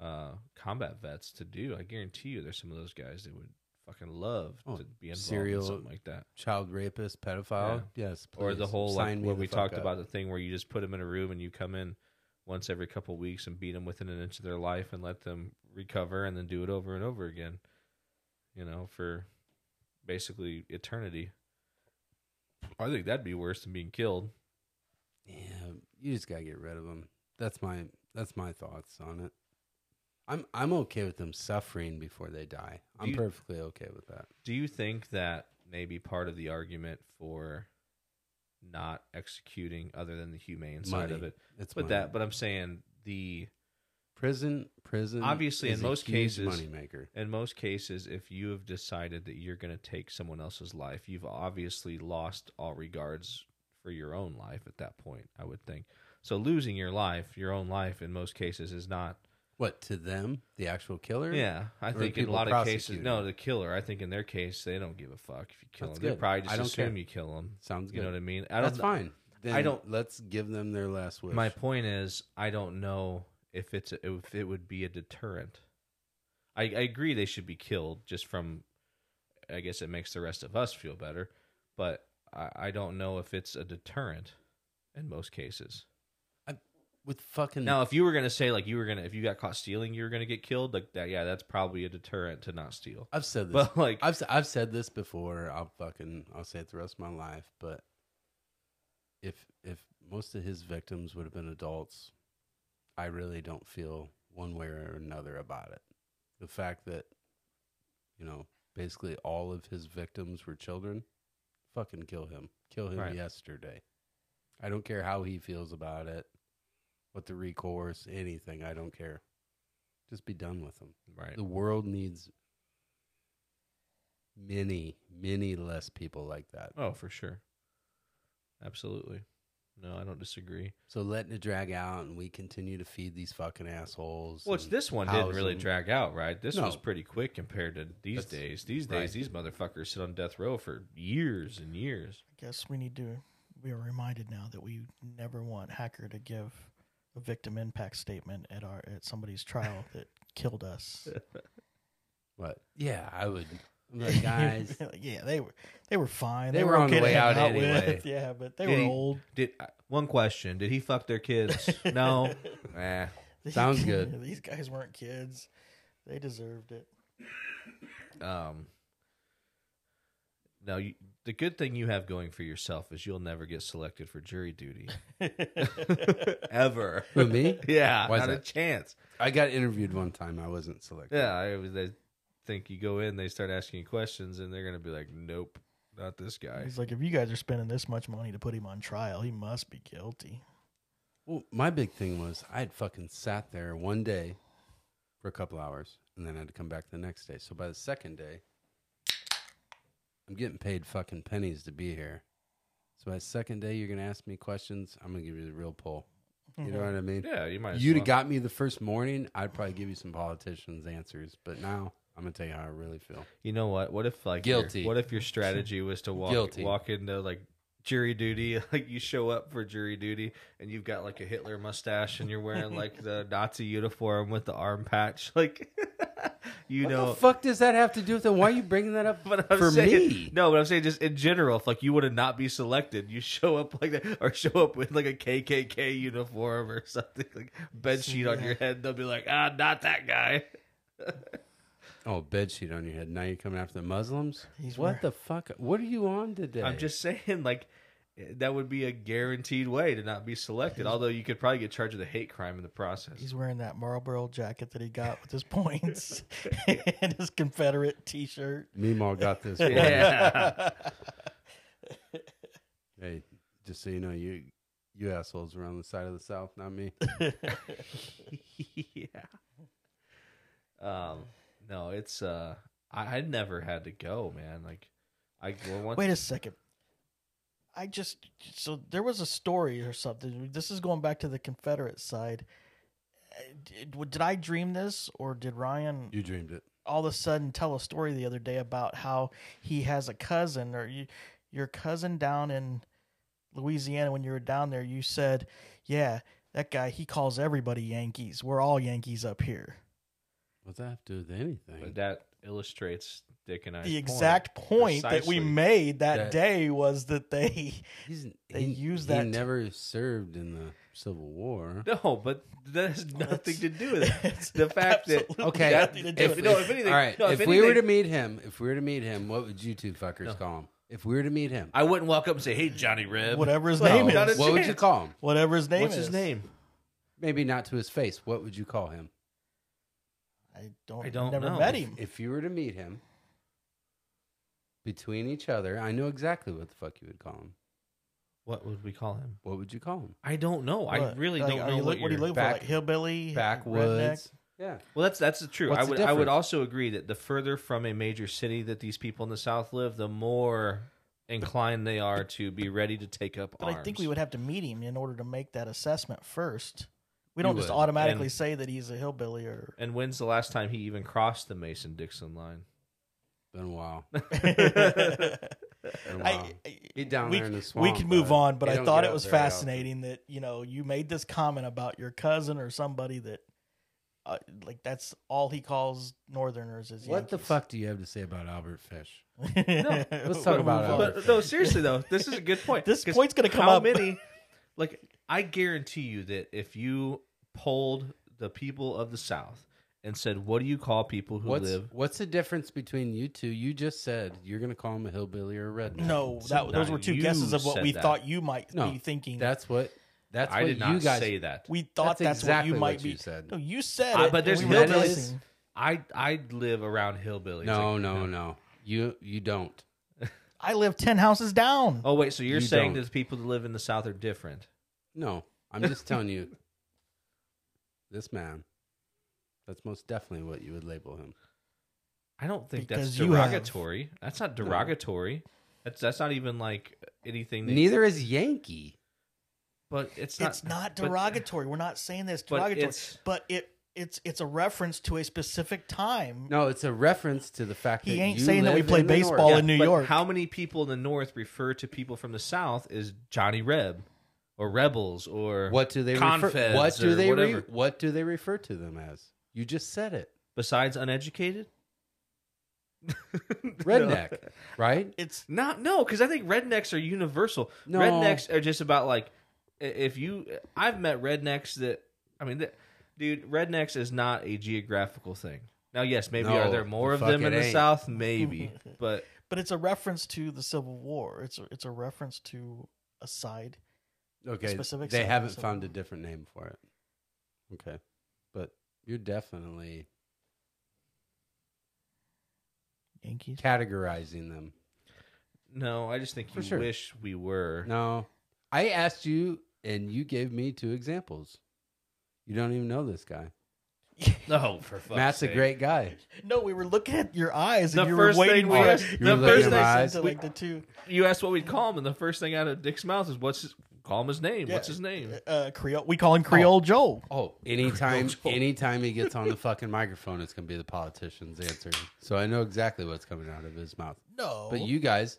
uh, combat vets to do. I guarantee you, there's some of those guys that would fucking love Oh, to be involved serial- in something like that. Child rapist, pedophile. Yes. or the please, whole sign like me what the we fuck talked up. about the thing where you just put them in a room and you come in once every couple weeks and beat them within an inch of their life and let them recover and then do it over and over again you know for basically eternity i think that'd be worse than being killed Yeah, you just gotta get rid of them. That's my that's my thoughts on it. I'm I'm okay with them suffering before they die. I'm You- perfectly okay with that. do you think that maybe part of the argument for not executing other than the humane side of Money. it It's but money. that but i'm saying the prison prison Obviously, is in a most huge cases- moneymaker. in most cases, if you have decided that you're going to take someone else's life, you've obviously lost all regards for your own life at that point, I would think. So losing your life, your own life in most cases is not What to them? The actual killer? Yeah, I Or think in a people lot of cases prosecuting. no, the killer, I think in their case they don't give a fuck if you kill That's them. They good. probably just I don't assume care. you kill them. sounds good. You know what I mean? I don't that's fine. Then I don't- Let's give them their last wish. My point is, I don't know if it's if it would be a deterrent. I, I agree they should be killed just from. I guess it makes the rest of us feel better, but I, I don't know if it's a deterrent in most cases. with fucking Now, if you were gonna say like you were gonna if you got caught stealing, you were gonna get killed. Like that, yeah, that's probably a deterrent to not steal. I've said this. But like, I've s- I've said this before. I'll fucking I'll say it the rest of my life. But if if most of his victims would have been adults, I really don't feel one way or another about it. The fact that you know basically all of his victims were children, fucking kill him. Kill him Right. yesterday. I don't care how he feels about it, what the recourse, anything. I don't care. Just be done with him. right, The world needs many, many less people like that. oh for sure, absolutely. No, I don't disagree. So letting it drag out and we continue to feed these fucking assholes. Well, it's and this one didn't house really them. drag out, right? This was No. pretty quick compared to these That's- days. These days, right. these motherfuckers sit on death row for years and years. I guess we need to. We are reminded now that we never want hacker to give a victim impact statement at our at somebody's trial that killed us. What? Yeah, I would. I'm like, guys, yeah, they were they were fine. They were on the okay to way hang out anyway. with. Yeah, but they Did were he- old. Did uh, one question? Did he fuck their kids? no. Eh. Sounds good. These guys weren't kids. They deserved it. Um. Now, you, the good thing you have going for yourself is you'll never get selected for jury duty, ever. for me, Yeah, Why is not a that? chance. I got interviewed one time. I wasn't selected. Yeah, I was- they think you go in, they start asking you questions, and they're gonna be like, "Nope, not this guy." He's like, if you guys are spending this much money to put him on trial, he must be guilty. Well, my big thing was I had fucking sat there one day for a couple hours and then I had to come back the next day. So by the second day, I'm getting paid fucking pennies to be here. So by the second day, you're going to ask me questions. I'm going to give you the real pull. You know what I mean? Mm-hmm. Yeah, you might. as You'd well. have got me the first morning. I'd probably give you some politicians' answers. But now I'm going to tell you how I really feel. You know what? What if like Guilty. Your, what if your strategy was to walk Guilty. walk into like jury duty? Like you show up for jury duty and you've got like a Hitler mustache and you're wearing like the Nazi uniform with the arm patch. Like you what know. the fuck does that have to do with it? Why are you bringing that up But I'm for saying, me? no. But I'm saying, just in general, if like you would have not be selected, you show up like that, or show up with like a KKK uniform or something, like bed sheet on your head. They'll be like, ah, not that guy. Oh, bed sheet on your head. Now you're coming after the Muslims. He's what wearing- the fuck? What are you on today? I'm just saying, like, that would be a guaranteed way to not be selected. Although you could probably get charged with a hate crime in the process. He's wearing that Marlboro jacket that he got with his points and his Confederate t shirt. Meemaw got this. one. Yeah. Hey, just so you know, you you assholes were on the side of the South, not me. yeah. Um. No, it's uh. I, I never had to go, man. Like, I well, once. Wait a second. I just so there was a story or something. This is going back to the Confederate side. did, did I dream this or did Ryan You dreamed it. all of a sudden tell a story the other day about how he has a cousin or you, your cousin down in Louisiana when you were down there you said, "Yeah, that guy he calls everybody Yankees. We're all Yankees up here." What's that have to do with anything? But that illustrates Dick and I. the exact point that we Precisely. made that, That- day was that they He's, They he, use he that to- never served in the Civil War. No, but that has nothing that's- to do with it. it's The fact that absolutely Okay, nothing to do if- with no, it. if anything- all right. no, if, if we were to anything- meet him, if we were to meet him, what would you two fuckers No. call him? If we were to meet him, I wouldn't walk up and say, "Hey, Johnny Reb." whatever his No, name not is, a what would you chance. call him? whatever his name What's is, his name? Maybe not to his face. What would you call him I don't, I don't never know. met him. if you were to meet him? Between each other, I know exactly what the fuck you would call him. What would we call him? What would you call him? I don't know. Oh, I What? really Like, don't are know you what, look- what are you you're- looking back- for? Like hillbilly, Backwoods. Yeah. Well, that's that's true. What's I the would I would difference? also agree that the further from a major city that these people in the South live, the more inclined they are to be ready to take up But arms. I think we would have to meet him in order to make that assessment first. You We don't just would. automatically And- say that he's a hillbilly or And when's the last time he even crossed the Mason Dixon line? Been a while. I, Been a while. I- He down we, there in the we swamp, can move bud. on, but He I don't thought get it up was very often. fascinating that you know you made this comment about your cousin or somebody that, uh, like that's all he calls Northerners is What the Yankees. fuck do you have to say about Albert Fish? let's We'll talk about move it. on. Albert But no, seriously though, this is a good point. This 'Cause point's gonna come how up. many? Like, I guarantee you that if you polled the people of the South and said, "What do you call people who What's live?" what's the difference between you two? You just said you're going to call him a hillbilly or a redneck. No, that, those were two you guesses of what said we that. thought you might No, be thinking. that's what that's I what did not you guys. say that. we thought that's that's, exactly what you might what be. you said. No, you said Uh, it. but there's and we were hillbillies. guessing. I I live around hillbillies. No, Like, no, no. You you don't. I live ten houses down. Oh wait, so you're You saying don't. that the people that live in the South are different? No, I'm just telling you. This man, that's most definitely what you would label him. I don't think that's Because you have- derogatory. That's not derogatory. That's that's not even like anything. That, Neither is Yankee. but it's not. It's not but- derogatory. We're not saying this but derogatory, but, it's- it it's it's a reference to a specific time. No, it's a reference to the fact He that ain't you saying that we live play in the North. baseball All in New but York. How many people in the North refer to people from the South as Johnny Reb or Rebels or What do they refer? Confeds What do or they re- whatever. What do they refer to them as? You just said it. besides uneducated? Redneck, right? It's Not no, because I think rednecks are universal. No. Rednecks are just about like i- if you. I've met rednecks that I mean, that, dude, rednecks is not a geographical thing. Now, yes, maybe No, are there more the of fuck them in it the ain't. South? Maybe, but but it's a reference to the Civil War. It's a, it's a reference to a side. Okay, specific they side, haven't so- found a different name for it. Okay, but you're definitely Yankees. categorizing them. no, I just think For you sure. wish we were. No, I asked you, and you gave me two examples. You don't even know this guy. No, for fuck's Matt's a sake. great guy. No, we were looking at your eyes The and you were first waiting thing we for asked, us You were the looking first at to my thing, eyes. listen to, like the two you asked what we'd call him, and the first thing out of Dick's mouth is what's his, call him his name. Yeah. What's his name? uh, Creole. We call him Creole Joe. Oh, anytime, Joel. anytime he gets on the fucking microphone, it's gonna be the politician's answer. So I know exactly what's coming out of his mouth. No, Oh. But you guys,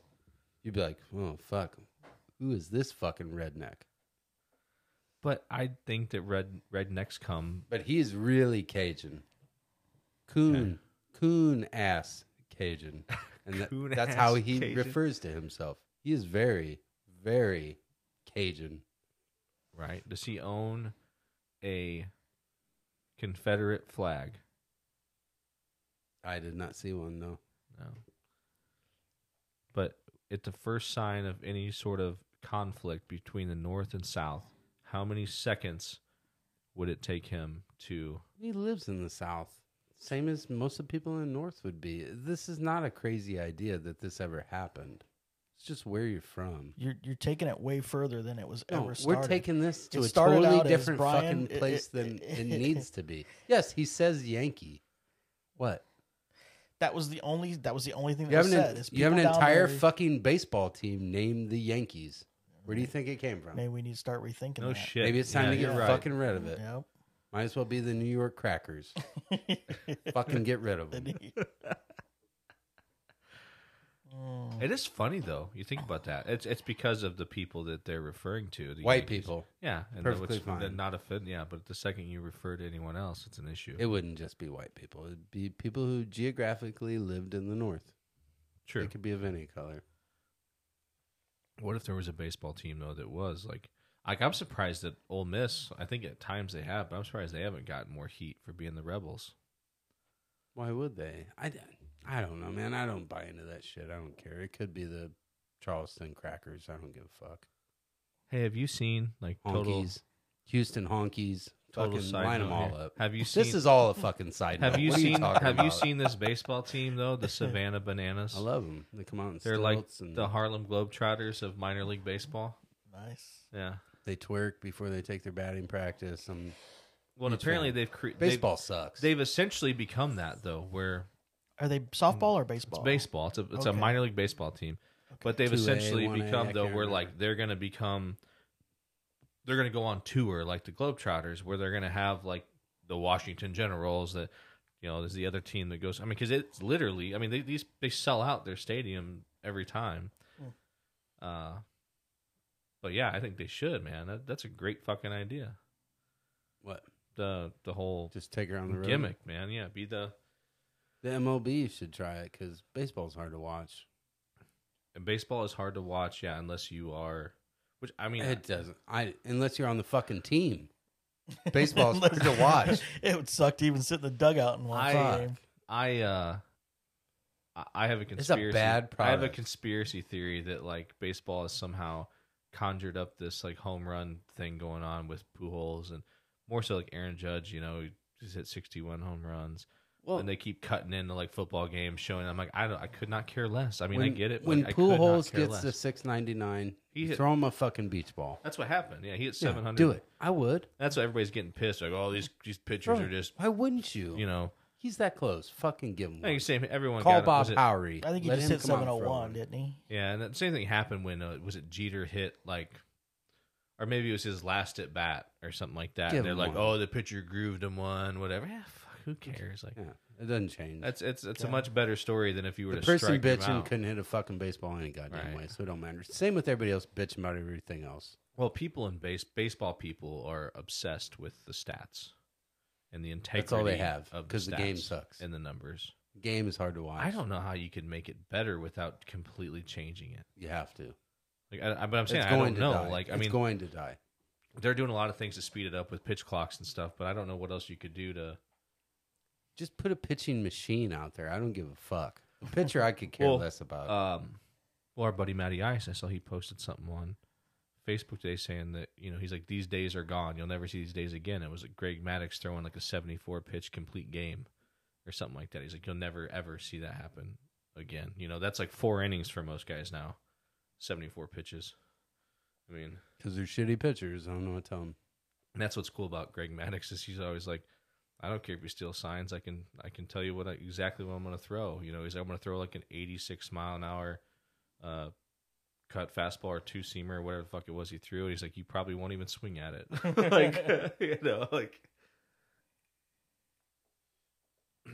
you'd be like, "Oh fuck, who is this fucking redneck?" But I think that red rednecks come. But he's really Cajun. Coon, coon ass Cajun. And that- Coon that's ass how he Cajun. refers to himself. He is very, very Cajun. Right? Does he own a Confederate flag? I did not see one though. No. But at the first sign of any sort of conflict between the North and South, how many seconds would it take him to? He lives in the South. Same as most of the people in the North would be. This is not a crazy idea that this ever happened. It's just where you're from. you're you're taking it way further than it was No, ever started. we're taking this to It a started totally out as different Brian- fucking place than it needs to be. Yes, he says Yankee. What? that was the only that was the only thing that You have was an, said. is you have an people down entire there- fucking baseball team named the Yankees. Where do you think it came from? Maybe we need to start rethinking No that. "Oh, shit. Maybe it's time Yeah, to you're get right. fucking rid of it. Yep. Might as well be the New York Crackers. Fucking get rid of them. Mm. It is funny though. You think about that. It's it's because of the people that they're referring to. the White Yankees. people. Yeah, and Perfectly then what's- then fine. Not offend. Yeah, but the second you refer to anyone else, it's an issue. It wouldn't just be white people. It'd be people who geographically lived in the north. True. They could be of any color. What if there was a baseball team though that was like, like I'm surprised that Ole Miss. I think at times they have, but I'm surprised they haven't gotten more heat for being the rebels. Why would they? I, I don't know, man. I don't buy into that shit. I don't care. It could be the Charleston Crackers. I don't give a fuck. Hey, have you seen like total Honkies, Houston Honkies. total fucking side line note them all here. up. Have you seen? This is all a fucking side. have note. you What are seen? talking have you about? seen this baseball team though? The Savannah Bananas. I love them. They come out. In They're like stilts and the Harlem Globetrotters of minor league baseball. Nice. Yeah. They twerk before they take their batting practice. And Well, and Each apparently one. they've created baseball sucks. They've, essentially become that though, where Are they softball or it's baseball? baseball. It's a it's a Okay. minor league baseball team, but they've 2A, essentially 1A, become I though can't where remember. like they're gonna become they're gonna go on tour like the Globetrotters, where they're gonna have like the Washington Generals that you know there's the other team that goes. I mean, because it's literally I mean they these they sell out their stadium every time. Hmm. Uh, but yeah, I think they should, man. That, that's a great fucking idea. what? The the whole Just take her on the road. gimmick, man. Yeah, be the The MLB should try it because baseball's hard to watch. and baseball is hard to watch, yeah, unless you are. Which I mean, It doesn't. I unless you're on the fucking team. Baseball's hard to watch. it would suck to even sit in the dugout and watch I- a game. I uh, I- I have a a conspiracy. bad I have a product. conspiracy theory that like baseball has somehow conjured up this like home run thing going on with Pujols and more so like Aaron Judge. You know, he's hit sixty-one home runs. Well, and they keep cutting into like football games, showing. I'm like, I don't, I could not care less. I mean, when, I get it. but When I could not Pujols care gets less. to six ninety nine, He hit- throw him a fucking beach ball. that's what happened. Yeah, he hit Yeah, seven hundred. do it. I would. That's why everybody's getting pissed. Like, oh, these these pitchers Bro, are just, Why wouldn't you? you know, he's that close. Fucking give him. I think One. same. Everyone Call got Bob was it- Howery. I think he Let just him hit come out and seven throw oh one, one. didn't he? Yeah, and that same thing happened when uh, was it Jeter hit like, or maybe it was his last at bat or something like that. Give and they're him like, one. oh, the pitcher grooved him one, whatever. Yeah, fuck, who cares? Like, Yeah, it doesn't change. that's it's it's a much better story than if you were the to person strike him bitching out. couldn't hit a fucking baseball any goddamn Right. way, so it don't matter. Same with everybody else bitching about everything else. Well, people in base baseball people are obsessed with the stats and the integrity. all they have, of 'cause the game stats sucks. and the numbers. Game is hard to watch. I don't know how you could make it better without completely changing it. You have to. Like, I, I, but I'm saying it's I going don't to know. die. Like, I it's mean, going to die. they're doing a lot of things to speed it up with pitch clocks and stuff, but I don't know what else you could do to. Just put a pitching machine out there. I don't give a fuck. The pitcher I could care Well, less about. Um, well, our buddy Matty Ice, I saw he posted something on Facebook today saying that you know he's like these days are gone. You'll never see these days again. It was like Greg Maddox throwing like a seventy-four pitch complete game or something like that. He's like you'll never ever see that happen again. You know that's like four innings for most guys now, seventy-four pitches. I mean, Because they're shitty pitchers. I don't know what to tell them. And that's what's cool about Greg Maddox is he's always like, I don't care if you steal signs. I can I can tell you what I, exactly what I'm going to throw. You know, he's I'm going to throw like an 86 mile an hour uh, cut fastball or two seamer or whatever the fuck it was he threw. And he's like, you probably won't even swing at it. like you know, like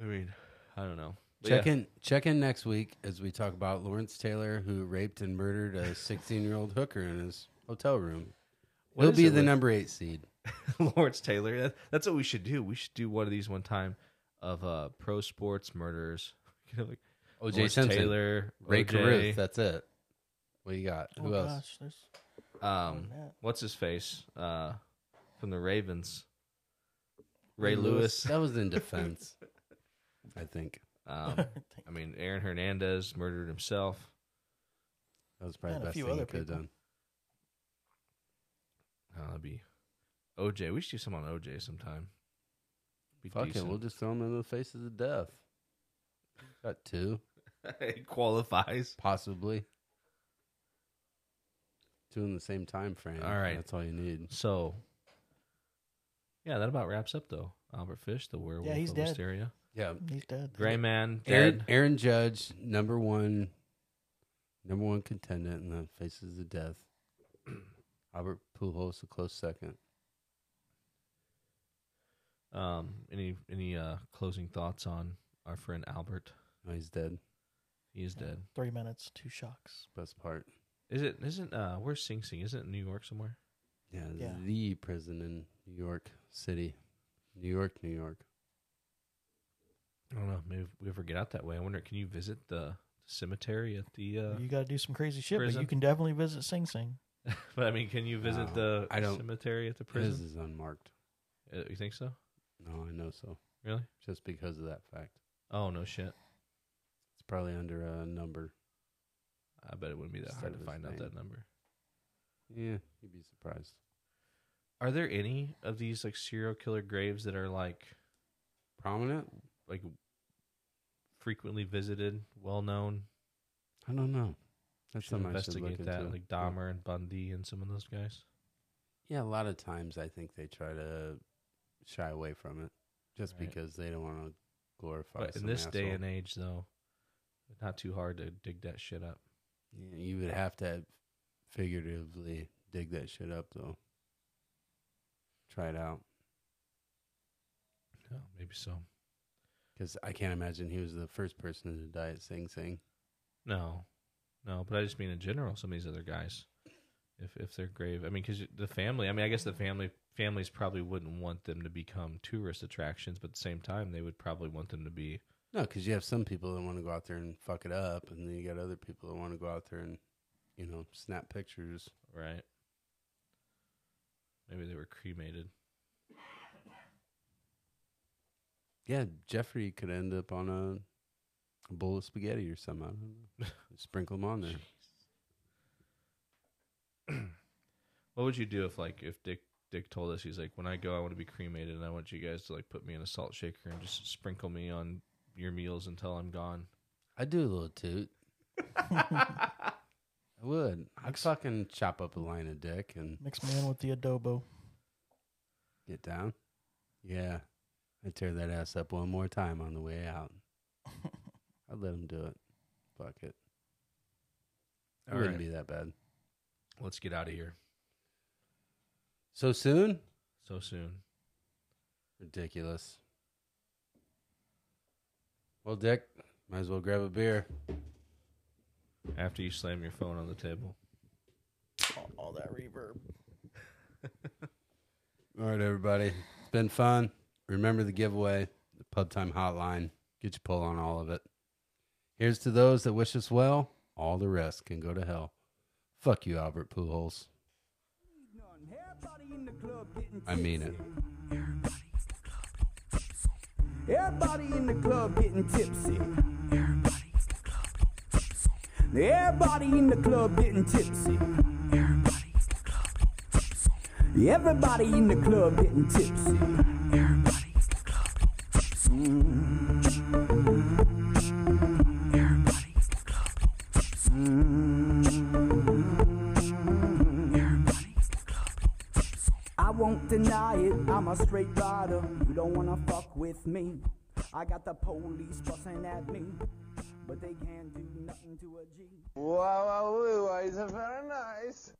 I mean, I don't know. But Check yeah. in check in next week as we talk about Lawrence Taylor who raped and murdered a 16-year-old hooker in his hotel room. What He'll is be it the with- number 8 seed. Lawrence Taylor. That, that's what we should do. We should do one of these one time of uh pro sports murders. You know, like OJ Lawrence Simpson, Taylor, Ray OJ, Caruth, that's it. What you got? Oh Who else? gosh, there's um, that. what's his face uh, from the Ravens? Ray Lewis. That was in defense. I think. Um, I mean, Aaron Hernandez murdered himself. That was probably And the a best few thing other he could have people. done. Uh, that'd be OJ. We should do some on OJ sometime. Be Fuck decent. it, we'll just throw him in the face of the death. Got two, he qualifies. possibly. Two in the same time frame. All right. That's all you need. So, yeah, that about wraps up though. Albert Fish, the werewolf he's of dead. Wisteria. Yeah. he's dead. Gray man, Aaron, dead. Aaron Judge, number one number one contendant in the faces of death. Albert Pujols a close second. Um, any any uh, closing thoughts on our friend Albert? No, he's dead. He is dead. Three minutes, two shocks. Best part. Is it? Isn't uh? Where's Sing Sing? Isn't it New York somewhere? Yeah, Yeah. the prison in New York City, New York, New York. I don't know. Maybe we ever get out that way. I wonder. Can you visit the cemetery at the? uh you got to do some crazy shit, but prison. you can definitely visit Sing Sing. But I mean, can you visit No, the I don't- cemetery at the Prison prison? is unmarked. Uh, you think so? No, I know so. Really? Just because of that fact, Oh no shit! it's probably under a number. I bet it wouldn't be that Instead hard of to his find out name. that number. Yeah, you'd be surprised. Are there any of these like serial killer graves that are like Prominent? like frequently visited, well known? I don't know. That's Should something I should look investigate that, into. like Yeah. Dahmer and Bundy and some of those guys. Yeah, a lot of times I think they try to shy away from it just Right. because they don't want to glorify. But in some this day asshole. and age, though, it's not too hard to dig that shit up. Yeah, you would have to figuratively dig that shit up, though. Try it out. Yeah, maybe so. Because I can't imagine he was the first person to die at Sing Sing. No, no. But I just mean in general, some of these other guys, if if they're grave, I mean, because the family. I mean, I guess the family families probably wouldn't want them to become tourist attractions, but at the same time, they would probably want them to be No, because you have some people that want to go out there and fuck it up, and then you got other people that want to go out there and, you know, snap pictures. right. Maybe they were cremated. Yeah, Jeffrey could end up on a, a bowl of spaghetti or something. I don't know. Sprinkle them on there. What would you do if like if Dick Dick told us he's like, when I go, I want to be cremated, and I want you guys to like put me in a salt shaker and just sprinkle me on your meals until I'm gone. I do a little toot. I would. I'd fucking chop up a line of dick and Mix me in with the adobo. get down. Yeah, I'd tear that ass up one more time on the way out. I'd let him do it. Fuck it. It All wouldn't right. be that bad. Let's get out of here So soon? so soon. Ridiculous. Well, Dick, might as well grab a beer. After you slam your phone on the table. All, all that reverb. All right, everybody. It's been fun. Remember the giveaway, the Pub Time Hotline. Get your pull on all of it. Here's to those that wish us well. All the rest can go to hell. Fuck you, Albert Pujols. Everybody in the club getting I mean it. Everybody in the club getting tipsy. Everybody in the club getting tipsy. Everybody in the club getting tipsy. I won't deny it, I'm a straight rider. You don't wanna fuck with me. I got the police busting at me, but they can't do nothing to a G. Wow, wow, wow, is very nice.